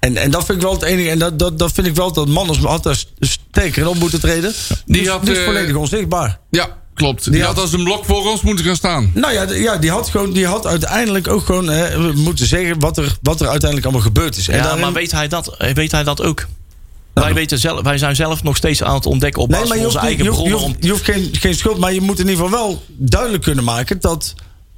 S7: En, en dat vind ik wel het enige. En dat, dat, dat vind ik wel dat mannen had daar steker in op moeten treden.
S6: Die
S7: Dus
S6: had,
S7: die is
S6: eh,
S7: volledig onzichtbaar.
S6: Ja, klopt. Die, had
S7: had-
S6: als een blok voor ons moeten gaan staan.
S7: Nou ja, d- ja die, had gewoon, die had uiteindelijk ook gewoon hè, moeten zeggen wat er, wat er uiteindelijk allemaal gebeurd is. En
S5: ja,
S7: daarin-
S5: maar weet hij dat, eh, weet hij dat ook? Wij, weten zelf, wij zijn zelf nog steeds aan het ontdekken op
S7: Nee,
S5: basis
S7: maar je
S5: van onze
S7: hoeft, niet-
S5: eigen
S7: je hoeft-
S5: bronnen.
S7: je
S5: om-
S7: hoeft- je hoeft geen, geen schuld, maar je moet in ieder geval wel duidelijk kunnen maken dat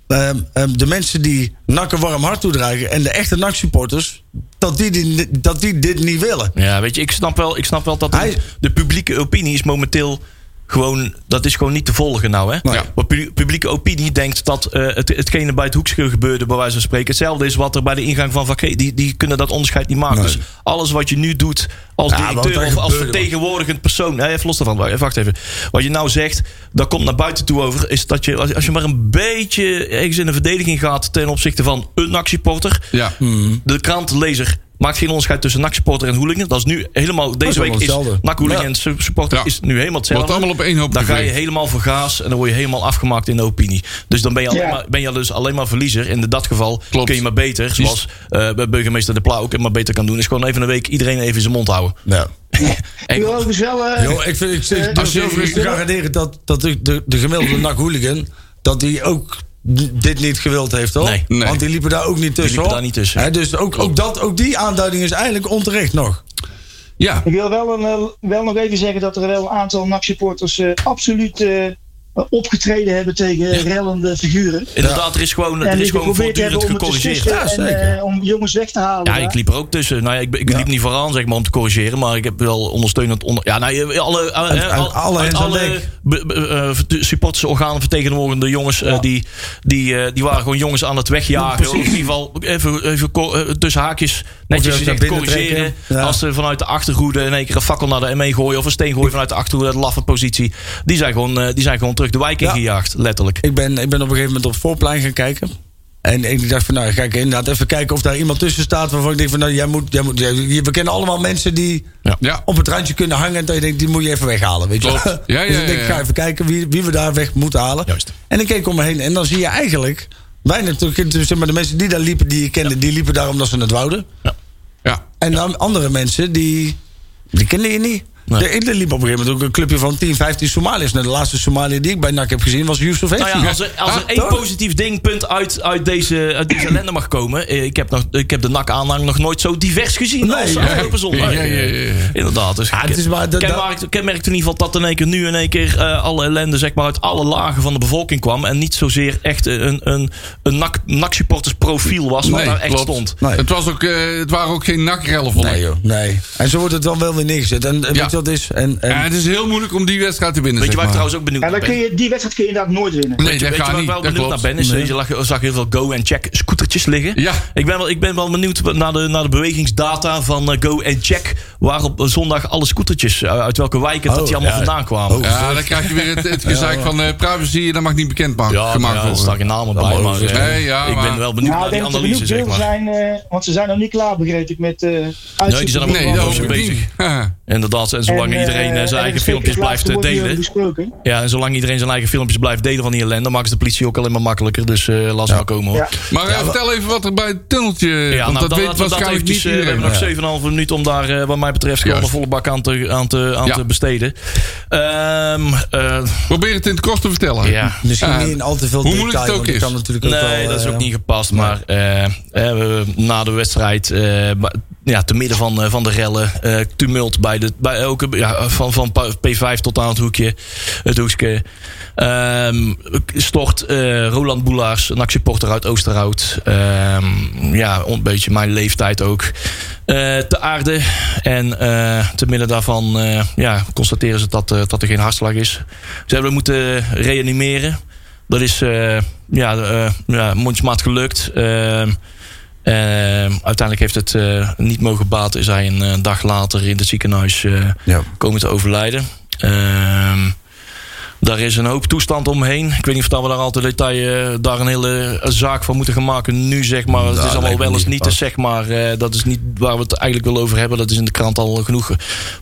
S7: ehm, ehm, de mensen die NAC een warm hart toedragen en de echte NAC-supporters, dat die, die- dat die dit niet willen.
S5: Ja, weet je, ik snap wel, ik snap wel dat de-
S7: Hij-
S5: de publieke opinie is momenteel gewoon, dat is gewoon niet te volgen nou, hè?
S6: Ja.
S5: Want pu- publieke opinie denkt dat eh, het, hetgene bij het hoekschil gebeurde, bij wijze van spreken, hetzelfde is wat er bij de ingang van Vakke, die, die kunnen dat onderscheid niet maken. Dus alles wat je nu doet als
S7: Ja, want
S5: directeur
S7: daar
S5: of als
S7: gebeurde wat.
S5: vertegenwoordigend persoon, nee, even los daarvan, wa- wacht even. Wat je nou zegt, dat komt naar buiten toe over, is dat je, als, als je maar een beetje ergens in de verdediging gaat ten opzichte van een actieporter,
S6: Ja.
S5: de krantenlezer maakt geen onderscheid tussen NAC-supporter en hooligan. Dat is nu helemaal, deze
S7: allemaal
S5: week is
S7: hetzelfde.
S5: NAC-hooligan en su- supporter
S6: Ja.
S5: is nu helemaal hetzelfde.
S6: Wordt allemaal op één hoop
S5: Dan ga je
S6: gegooid.
S5: helemaal voor gaas en dan word je helemaal afgemaakt in de opinie. Dus dan ben je, alleen
S8: Ja.
S5: maar, ben je dus alleen maar verliezer. En in dat geval
S6: Klopt.
S5: kun je maar beter, zoals eh, bij burgemeester De Pla ook maar beter kan doen, is gewoon even een week iedereen even in zijn mond houden.
S7: Ja.
S8: Ik wil overigens wel... eh,
S7: Yo, ik vind ik, ik
S8: Eh,
S7: durf
S6: als je-
S7: overigens te garanderen dat, dat de, de, de gemiddelde NAC-hooligan, dat die ook d- dit niet gewild heeft, hoor.
S5: Nee.
S6: Nee.
S7: Want die liepen daar ook niet tussen,
S5: liepen
S7: hoor.
S5: daar niet tussen.
S7: Hè, dus ook, ook, dat, ook die aanduiding is eigenlijk onterecht nog.
S6: Ja.
S8: Ik wil wel, een, eh, wel nog even zeggen dat er wel een aantal NAC-supporters eh, absoluut eh, opgetreden hebben tegen rellende figuren.
S5: Inderdaad, er is gewoon,
S8: En
S5: er is
S8: die
S5: gewoon
S8: geprobeerd hebben
S5: voortdurend
S8: om het te
S5: gecorrigeerd.
S8: stichten
S7: Ja,
S8: en
S7: zeker.
S8: eh, om jongens weg te halen.
S5: Ja,
S8: daar.
S5: ik liep er ook tussen. Nou ja, ik, ik liep niet vooraan zeg maar, om te corrigeren, maar ik heb wel ondersteunend onder. Ja, nou, je- alle, alle, hè,
S7: uit
S5: al-
S7: alle
S5: uit
S7: hens aan
S5: alle
S7: dek.
S5: be- be- eh, verte- supportersorganen vertegenwoordigende jongens, eh, die, die, eh, die waren gewoon jongens aan het wegjagen. Of in ieder geval even, even co- eh, tussen haakjes netjes
S7: juist naar
S5: gezegd
S7: binnen
S5: corrigeren.
S7: trekken. Ja.
S5: Als ze vanuit de achterhoede in één keer een fakkel naar de ME gooien of een steen gooien vanuit de achterhoede, de laffe positie, die zijn gewoon, eh, die zijn gewoon terug de wijk
S7: Ja.
S5: ingejaagd, letterlijk.
S7: Ik ben, ik ben op een gegeven moment op het voorplein gaan kijken. En ik dacht van, nou, ga ik inderdaad even kijken of daar iemand tussen staat... waarvan ik denk van, nou, jij moet, jij moet, jij- we kennen allemaal mensen die
S6: Ja.
S7: op het randje kunnen hangen... en dat je denkt, die moet je even weghalen, weet je wel.
S6: Klopt.
S7: (laughs)
S6: Ja, ja,
S7: Dus ik denk,
S6: ja,
S7: ik
S6: ja.
S7: ga even kijken wie, wie we daar weg moeten halen.
S5: Juist.
S7: En ik keek om me heen en dan zie je eigenlijk... weinig, zeg maar, de mensen die daar liepen, die je kende... die liepen daar omdat ze het wouden.
S6: Ja.
S7: En dan andere mensen, die, die kende je niet.
S5: Nee.
S7: De Er liep op een gegeven moment ook een clubje van 10, 15 Somaliërs. Nou, de laatste Somaliër die ik bij NAC heb gezien was Yusuf Hessi.
S6: (laughs)
S5: Nou ja, als er, als er
S6: Ah,
S5: één
S7: toch?
S5: positief dingpunt uit, uit deze, uit
S6: (clears throat)
S5: deze ellende mag komen. eh, Ik heb, nog, ik heb de NAC-aanhang nog nooit zo divers gezien
S7: Nee,
S5: als
S7: ja.
S5: afgelopen zondag.
S6: Ja, ja, ja, Ah, ja.
S5: Inderdaad. Dus
S7: het is maar dat-
S5: kenmerkt, kenmerkt in ieder geval dat in één keer nu in één keer eh, alle ellende zeg maar, uit alle lagen van de bevolking kwam. En niet zozeer echt een, een, een NAC, NAC-supporters profiel was wat
S6: Nee,
S5: daar nou echt
S6: klopt.
S5: stond.
S7: Nee.
S6: Het, was ook, eh, het waren ook geen nakrellen, vond ik.
S7: Nee, joh. Nee. En zo wordt het dan wel weer neergezet. En, en
S6: Ja.
S7: weet je wat het is? En, en,
S6: Ja, het is heel moeilijk om die wedstrijd te winnen.
S5: Weet je waar ik
S6: zeg maar.
S5: trouwens ook benieuwd
S8: Ja,
S5: naar
S8: dan
S5: ben?
S8: kun je, die wedstrijd kun je inderdaad nooit winnen.
S6: Nee, dat
S5: Weet je
S6: gaat
S5: waar
S6: niet.
S5: ik wel
S6: Dat
S5: benieuwd naar
S6: klopt.
S5: ben? Is, Je lag- zag heel veel go and check scootertjes liggen.
S6: Ja.
S5: Ik, ben wel, ik ben wel benieuwd naar de, naar de bewegingsdata van eh, go and check. Waar op zondag alle scootertjes, eh, uit welke wijken dat die allemaal vandaan kwamen.
S6: Oh, Ja, dan krijg je weer het, het gezeik van eh, privacy. Dat mag niet bekend maken,
S5: Ja, maar
S6: gemaakt
S5: ja, er
S6: worden.
S5: staan geen namen bij. Maar, eh,
S6: Nee, ja,
S5: ik
S6: maar-
S5: ben wel benieuwd
S8: Nou,
S5: naar
S8: ik denk dat
S5: die
S8: er
S5: analyse, zeg
S8: genoeg wil
S5: maar.
S8: zijn, eh, want ze zijn nog niet klaar, begreep ik, met eh
S5: die zijn allemaal-
S6: Nee, dat
S5: Ze
S6: hoop ik
S5: bezig.
S6: niet. Ja.
S5: Inderdaad, en zolang iedereen eh, zijn eigen filmpjes blijft eh, delen.
S8: Besproken.
S5: Ja, en zolang iedereen zijn eigen filmpjes blijft delen van die ellende, maakt het de politie ook alleen maar makkelijker. Dus eh laat ze maar komen hoor.
S8: Ja.
S6: (laughs) Maar eh, vertel even wat er bij het tunneltje...
S5: Ja,
S6: want
S5: nou,
S6: dat
S5: dan
S6: weet
S5: laten we dat
S6: waarschijnlijk
S5: eventjes,
S6: niet
S5: eh, we
S6: iedereen.
S5: hebben nog 7,5 minuten om daar, eh, wat mij betreft, gewoon een
S6: Juist.
S5: volle bak aan te, aan te, aan
S6: Ja.
S5: te besteden. Ehm, eh,
S6: Probeer het in het kort te vertellen.
S5: ja.
S7: misschien
S6: Ja.
S7: niet in al te veel
S6: Hoe
S7: detail.
S6: moeilijk het ook
S7: want dat
S6: is.
S7: kan natuurlijk ook
S5: Nee,
S7: wel,
S5: dat is
S7: eh,
S5: ook niet gepast. Maar eh, eh, we- na de wedstrijd, eh, ba- ja, te midden van, eh, van de rellen, eh, tumult bij de, bij elke, ja, van, van pa- P5 tot aan het hoekje, het hoekje. Ehm, stort eh, Roland Boelaars, een actieporter uit Oosterhout. ehm, ja, een beetje mijn leeftijd ook. eh, te aarde. En eh te midden daarvan eh, ja, constateren ze dat, eh, dat er geen hartslag is. Ze hebben moeten reanimeren. Dat is eh ja, eh, ja, mondjesmaat gelukt. Ehm, ehm, uiteindelijk heeft het eh, niet mogen baten. Is hij een eh, dag later in het ziekenhuis eh,
S7: Ja.
S5: komen te overlijden. Ehm, daar is een hoop toestand omheen. Ik weet niet of dat we daar al te detail eh, daar een hele zaak van moeten gaan maken. Nu zeg maar, het is allemaal
S7: Nou, lijkt me
S5: wel eens
S7: niet
S5: niet te zeg maar. eh, dat is niet waar we het eigenlijk wel over hebben. Dat is in de krant al genoeg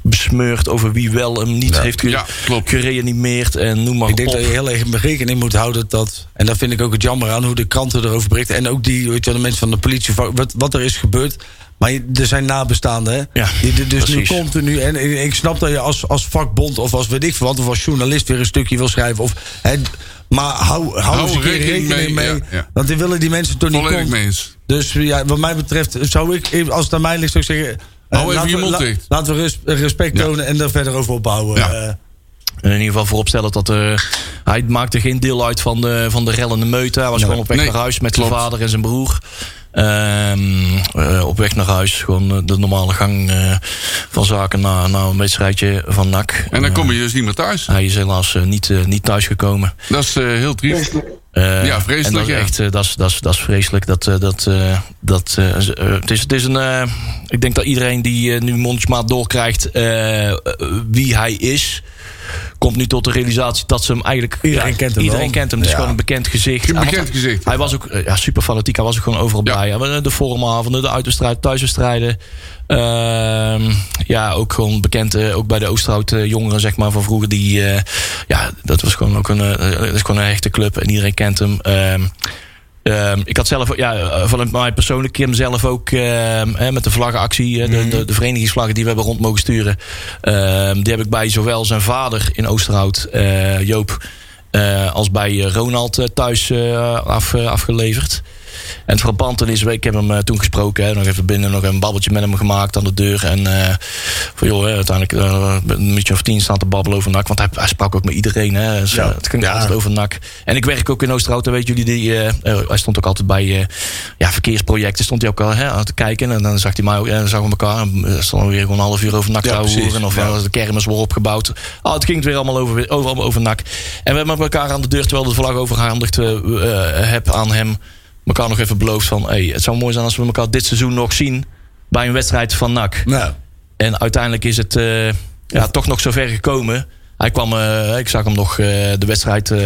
S5: besmeurd over wie wel hem niet heeft ge-
S6: Ja, klopt.
S5: gereanimeerd en noem maar
S7: Ik denk
S5: op.
S7: dat je heel erg rekening moet houden dat. En dat vind ik ook het jammer aan hoe de kranten erover berichten. En ook die, weet je, wel, de mensen van de politie, wat, wat er is gebeurd. Maar je- er zijn nabestaanden. Hè?
S5: Ja,
S7: die, er dus
S5: precies.
S7: nu continu. En ik, ik snap dat je als, als vakbond of als weet ik veel wat, of als journalist weer een stukje wil schrijven. Of, hè, maar hou, hou, eens een keer rekening, mee.
S6: ja, ja.
S7: Want die willen die mensen toch niet
S6: Volledig
S7: kont.
S6: mee eens.
S7: Dus ja, wat mij betreft zou ik, als het aan mij ligt, zou ik zeggen. eh,
S6: Hou even
S7: laten
S6: je
S7: we-
S6: mond
S7: la-
S6: dicht.
S7: Laten we res- respect
S6: Ja.
S7: tonen en daar verder over opbouwen.
S6: Ja.
S7: eh.
S5: En in ieder geval vooropstellen dat eh, hij maakte geen deel uit van de, van de rellende meute. Hij was gewoon op weg
S6: Nee,
S5: naar huis met zijn
S6: klopt.
S5: vader en zijn broer. Ehm, eh, op weg naar huis. Gewoon eh, de normale gang eh, van zaken na, na een wedstrijdje van NAC.
S6: En dan
S5: Eh,
S6: kom je dus niet meer thuis.
S5: hij is helaas eh, niet, eh, niet thuisgekomen.
S6: Dat is eh, heel triest.
S5: Eh,
S6: Ja, vreselijk,
S5: En dat, is
S6: ja.
S5: echt, eh, dat, is, dat, is, dat is vreselijk. Dat, eh, dat, eh, dat, eh, eh, het, is, het is een. eh, ik denk dat iedereen die eh, nu mondjesmaat doorkrijgt eh, eh, wie hij is. Komt nu tot de realisatie dat ze hem eigenlijk.
S7: Iedereen kent hem
S5: Iedereen
S7: wel.
S5: kent hem. Het is
S7: Ja.
S5: gewoon een bekend gezicht. Ah,
S6: Een
S5: want
S6: bekend
S5: hij-
S6: gezicht.
S5: Hij was ook eh, ja, super fanatiek. Hij was ook gewoon overal
S6: Ja.
S5: bij. Hij was, eh, De forumavonden, de uitwedstrijd, thuiswedstrijden. Ehm, ja, ook gewoon bekend. eh, ook bij de Oosterhout eh, jongeren, zeg maar, van vroeger. Die, eh, ja, dat was gewoon ook een, eh, dat is gewoon een echte club. En iedereen kent hem. Ehm, Ehm, ik had zelf, ja, eh, vanuit mij persoonlijk, Kim zelf ook ehm, hè, met de vlaggenactie, eh, de, de, de verenigingsvlaggen die we hebben rond mogen sturen. ehm, die heb ik bij zowel zijn vader in Oosterhout, eh, Joop, eh, als bij eh, Ronald eh, thuis eh, af, eh, afgeleverd. En het frappante is, ik heb hem eh, toen gesproken, hè, nog even binnen, nog een babbeltje met hem gemaakt aan de deur. En eh, van joh, hè, uiteindelijk eh, een minuutje of tien staan te babbelen over NAC. Want hij, hij sprak ook met iedereen. Hè, Dus, eh, het ging altijd over NAC. En ik werk ook in Oosterhout, dan weten jullie. Die, eh, eh, hij stond ook altijd bij eh, ja, verkeersprojecten. Stond hij ook al hè, aan te kijken. En dan zag hij mij ook, en dan zagen we elkaar. En eh, stonden we weer gewoon een half uur over NAC te
S7: precies.
S5: horen. Of eh, de kermis wordt opgebouwd. Ah, het ging het weer allemaal over, over, over NAC. En we hebben elkaar aan de deur, terwijl de vlag overgehandigd eh, eh, heb aan hem. Elkaar nog even beloofd van, hey, het zou mooi zijn als we elkaar dit seizoen nog zien bij een wedstrijd van NAC.
S7: Nou,
S5: En uiteindelijk is het eh, ja, toch nog zover gekomen. Hij kwam, eh, ik zag hem nog eh, de wedstrijd eh,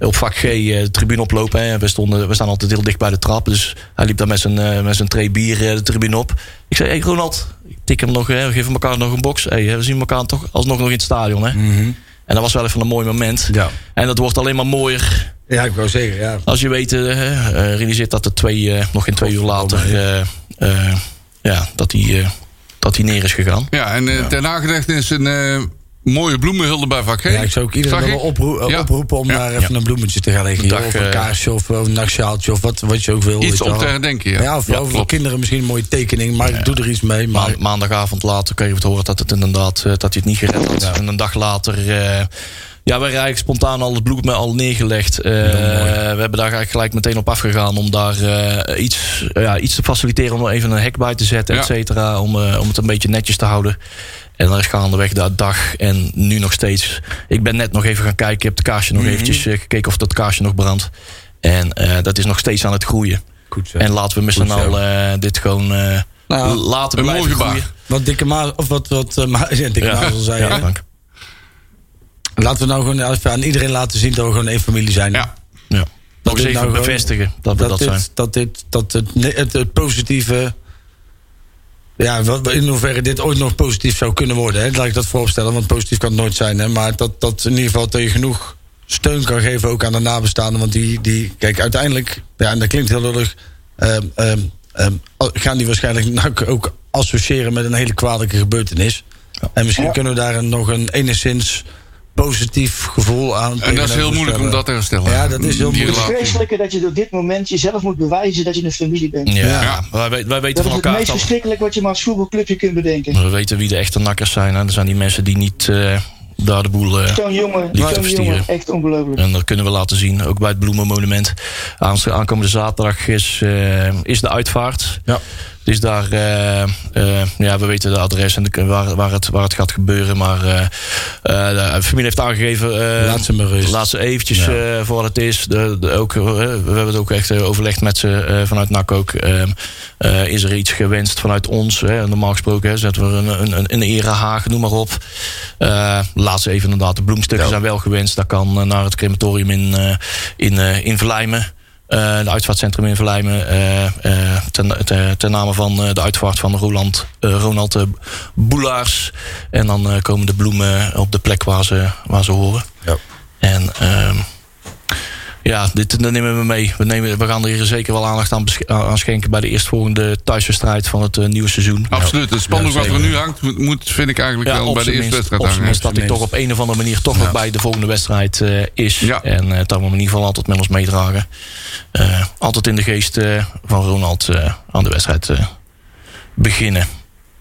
S5: op vak G eh, de tribune oplopen. Hè. We, stonden, we staan altijd heel dicht bij de trap. Dus hij liep daar met zijn, eh, met zijn tray bier eh, de tribune op. Ik zei, hey Ronald, ik tik hem nog, hè, we geven elkaar nog een box. Hey, we zien elkaar toch alsnog nog in het stadion. Hè. En dat was wel even een mooi moment.
S7: Ja.
S5: En dat wordt alleen maar mooier
S7: ja, ik wou zeggen, ja.
S5: als je weet, eh, eh, realiseert dat er twee, eh, nog geen twee uur later, eh, eh, ja, dat hij eh, dat hij neer is gegaan.
S6: Ja, en eh, ter nagedachtenis een eh, mooie bloemenhulde bij Vak G.
S7: Ja, ik zou ook iedereen
S6: Zag
S7: wel
S6: ik?
S7: oproe- eh,
S6: Ja.
S7: oproepen om
S6: Ja.
S7: daar even een bloemetje te gaan leggen.
S5: Dag,
S7: joh, of een
S5: eh,
S7: kaarsje of eh, een nachtsjaaltje of wat, wat je ook wil. weet
S6: Iets
S7: je
S6: om
S7: wel.
S6: te herdenken, ja.
S7: Ja, of
S6: Ja,
S7: voor
S6: klopt.
S7: kinderen misschien een mooie tekening, maar ik doe er iets mee. Maar
S5: Ma- maandagavond later kreeg ik het horen dat het inderdaad eh, dat hij het niet gered had. En een dag later. eh, ja, we hebben eigenlijk spontaan al het bloed al neergelegd. Eh, we hebben daar eigenlijk gelijk meteen op afgegaan om daar eh, iets, ja, iets te faciliteren. Om er even een hek bij te zetten,
S6: Ja.
S5: et cetera. Om, eh, om het een beetje netjes te houden. En daar is gaandeweg de dag en nu nog steeds. Ik ben net nog even gaan kijken. Ik heb het kaarsje nog
S7: Mhm.
S5: eventjes eh, gekeken of dat kaarsje nog brandt. En eh, dat is nog steeds aan het groeien.
S7: goed zo.
S5: En laten we met z'n
S7: Goed zo.
S5: allen eh, dit gewoon eh,
S7: Nou,
S5: laten
S6: een
S5: blijven
S6: mooi gebaar.
S5: groeien.
S7: wat dikke maas, of wat, wat eh, Ma- (laughs) ja, dikke Maas al zei. hè?
S5: dank.
S7: Laten we nou gewoon even aan iedereen laten zien dat we gewoon één familie zijn.
S6: Ja.
S5: Ja.
S7: Dat
S5: Ook
S7: dit
S5: zeker
S7: nou gewoon-
S5: bevestigen dat we
S7: dat,
S5: dat, zijn.
S7: dit, dat dit, dat het, ne- het, het positieve. Ja, wat- in hoeverre dit ooit nog positief zou kunnen worden. Hè? Laat ik dat vooropstellen, want positief kan het nooit zijn. Hè? Maar dat, dat in ieder geval dat je genoeg steun kan geven ook aan de nabestaanden. Want die, die kijk, uiteindelijk, ja, en dat klinkt heel lullig, ehm, ehm, ehm, al- gaan die waarschijnlijk (laughs) NAC ook associëren met een hele kwalijke gebeurtenis. En misschien kunnen we daar een- nog een enigszins positief gevoel aan
S6: En dat is heel moeilijk om
S7: tegenoverstellen.
S6: dat te herstellen.
S7: Ja, dat is heel
S6: Die
S7: moeilijk.
S8: Het
S6: relatie.
S8: vreselijke dat je door dit moment jezelf moet bewijzen dat je een familie bent.
S5: Ja,
S6: Ja.
S5: Wij, we- wij weten
S8: Dat is
S5: van
S8: het
S5: elkaar
S8: meest
S5: dat
S8: verschrikkelijk wat je maar als voetbalclubje kunt bedenken.
S5: we weten wie de echte nakkers zijn. Hè. Er zijn die mensen die niet eh, daar de boel. eh,
S8: Zo'n jongen,
S5: Liefde
S8: zo'n
S5: verstieren.
S8: jongen, echt ongelooflijk.
S5: en dat kunnen we laten zien, ook bij het Bloemenmonument. Aanst- Aankomende zaterdag is, eh, is de uitvaart.
S7: Ja.
S5: Dus daar, eh, eh, ja, we weten de adres en de, waar, waar, het, waar het gaat gebeuren. Maar eh, eh, de familie heeft aangegeven. eh,
S7: Laat ze maar rust.
S5: Laat ze eventjes
S7: Ja.
S5: eh, voor wat het is. De, de- ook, eh, we hebben het ook echt eh, overlegd met ze eh, vanuit NAC ook. Ehm, eh, is er iets gewenst vanuit ons? Hè? Normaal gesproken hè, zetten we een, een, een, een erehaag, noem maar op. Eh, laat ze even inderdaad. De bloemstukken zijn wel gewenst. Dat kan eh, naar het crematorium in, eh, in, eh, in Verlijmen. Eh, de uitvaartcentrum in Verlijmen. eh, eh, ten, ten, ten name van eh, de uitvaart van Roland, eh, Ronald eh, Boelaars. En dan eh, komen de bloemen op de plek waar ze, waar ze horen.
S7: Ja.
S5: En ehm, ja, dit dat nemen we mee. We, nemen, we gaan er hier zeker wel aandacht aan, besch- aan schenken bij de eerstvolgende thuiswedstrijd van het eh, nieuwe seizoen.
S6: Absoluut. Het spandoek
S5: Ja,
S6: wat er
S5: zeker.
S6: nu hangt, moet- moet, vind ik eigenlijk wel
S5: op
S6: bij de
S5: zijn
S6: eerste
S5: minst-
S6: wedstrijd
S5: op zijn
S6: hangen.
S5: minst dat hij toch op een of andere manier toch nog bij de volgende wedstrijd eh, is.
S6: Ja.
S5: En eh, dat we hem in ieder geval altijd met ons meedragen. Eh, altijd in de geest eh, van Ronald eh, aan de wedstrijd eh, beginnen.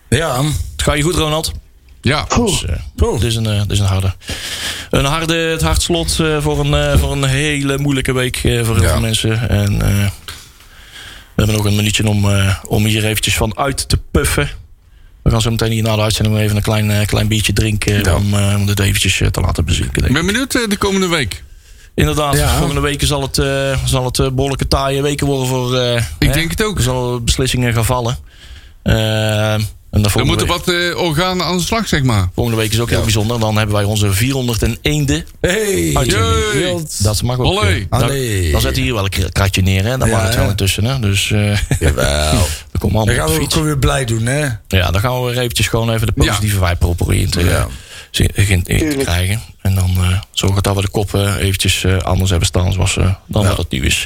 S7: Ja,
S5: Het gaat je goed, Ronald?
S6: Ja,
S5: Dus, eh, dit, is een, eh, dit is een harde. Een harde, het hard slot eh, voor, een, eh, voor een hele moeilijke week eh, voor heel
S6: Ja.
S5: veel mensen. En eh, we hebben nog een minuutje om, eh, om hier eventjes van uit te puffen. We gaan zo meteen hier na de uitzending even een klein, eh, klein biertje drinken. Om, eh, om dit eventjes eh, te laten bezinken. denk
S6: ik
S5: ik.
S6: ben benieuwd eh, de komende week.
S5: Inderdaad, volgende weken zal het, eh, zal het eh, behoorlijke taaie weken worden voor... eh,
S6: Ik
S5: hè,
S6: denk het ook.
S5: Er zullen beslissingen gaan vallen. Eh, en dan
S6: Er
S5: volgende
S6: moeten
S5: week-
S6: wat eh, organen aan de slag, zeg maar.
S5: Volgende week is ook heel bijzonder. Dan hebben wij onze 401e
S7: Hey,
S5: uitzending.
S6: Jee.
S5: Dat mag ook.
S6: Olé.
S5: eh, Dan,
S7: Allee.
S5: dan zet hij hier wel een kra- kratje neer. Hè? Dan
S7: Ja,
S5: mag het wel
S7: hè?
S5: intussen. Hè? Dus eh
S7: (laughs) Jawel.
S5: we komen
S7: Dan
S5: allemaal
S7: gaan
S5: op de
S7: we ook
S5: fiets.
S7: weer blij doen, hè?
S5: Ja, dan gaan we weer eventjes gewoon even de positieve vibe proberen in te, eh,
S7: Ja.
S5: zin- in te krijgen. En dan eh, zorgen dat we de koppen eventjes eh, anders hebben staan zoals, eh, dan wat het nu is.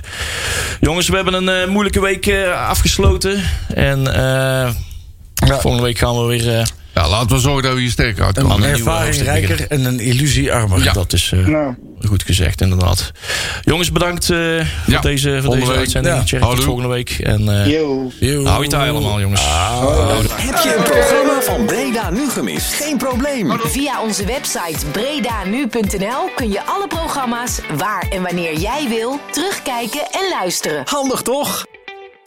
S5: Jongens, we hebben een eh, moeilijke week eh, afgesloten. En eh, volgende week gaan we weer... eh,
S6: Ja, laten we zorgen dat we hier sterk uitkomen.
S7: Een
S5: nieuwe
S7: ervaring
S5: hoofdstuk
S7: rijker en een illusie armer.
S6: Ja.
S5: Dat is eh,
S8: Nou,
S5: Goed gezegd, inderdaad. Jongens, bedankt eh,
S6: Ja,
S5: voor deze, voor
S6: volgende
S5: deze
S6: week.
S5: uitzending.
S7: Ja.
S5: Tjerk, tot
S6: Houdoe.
S5: volgende week. En eh
S8: yo.
S5: hou je taai allemaal, jongens.
S2: Heb je een programma van Breda nu gemist? Geen probleem.
S1: Via onze website bredanu.nl kun je alle programma's waar en wanneer jij wil terugkijken en luisteren.
S2: Handig toch?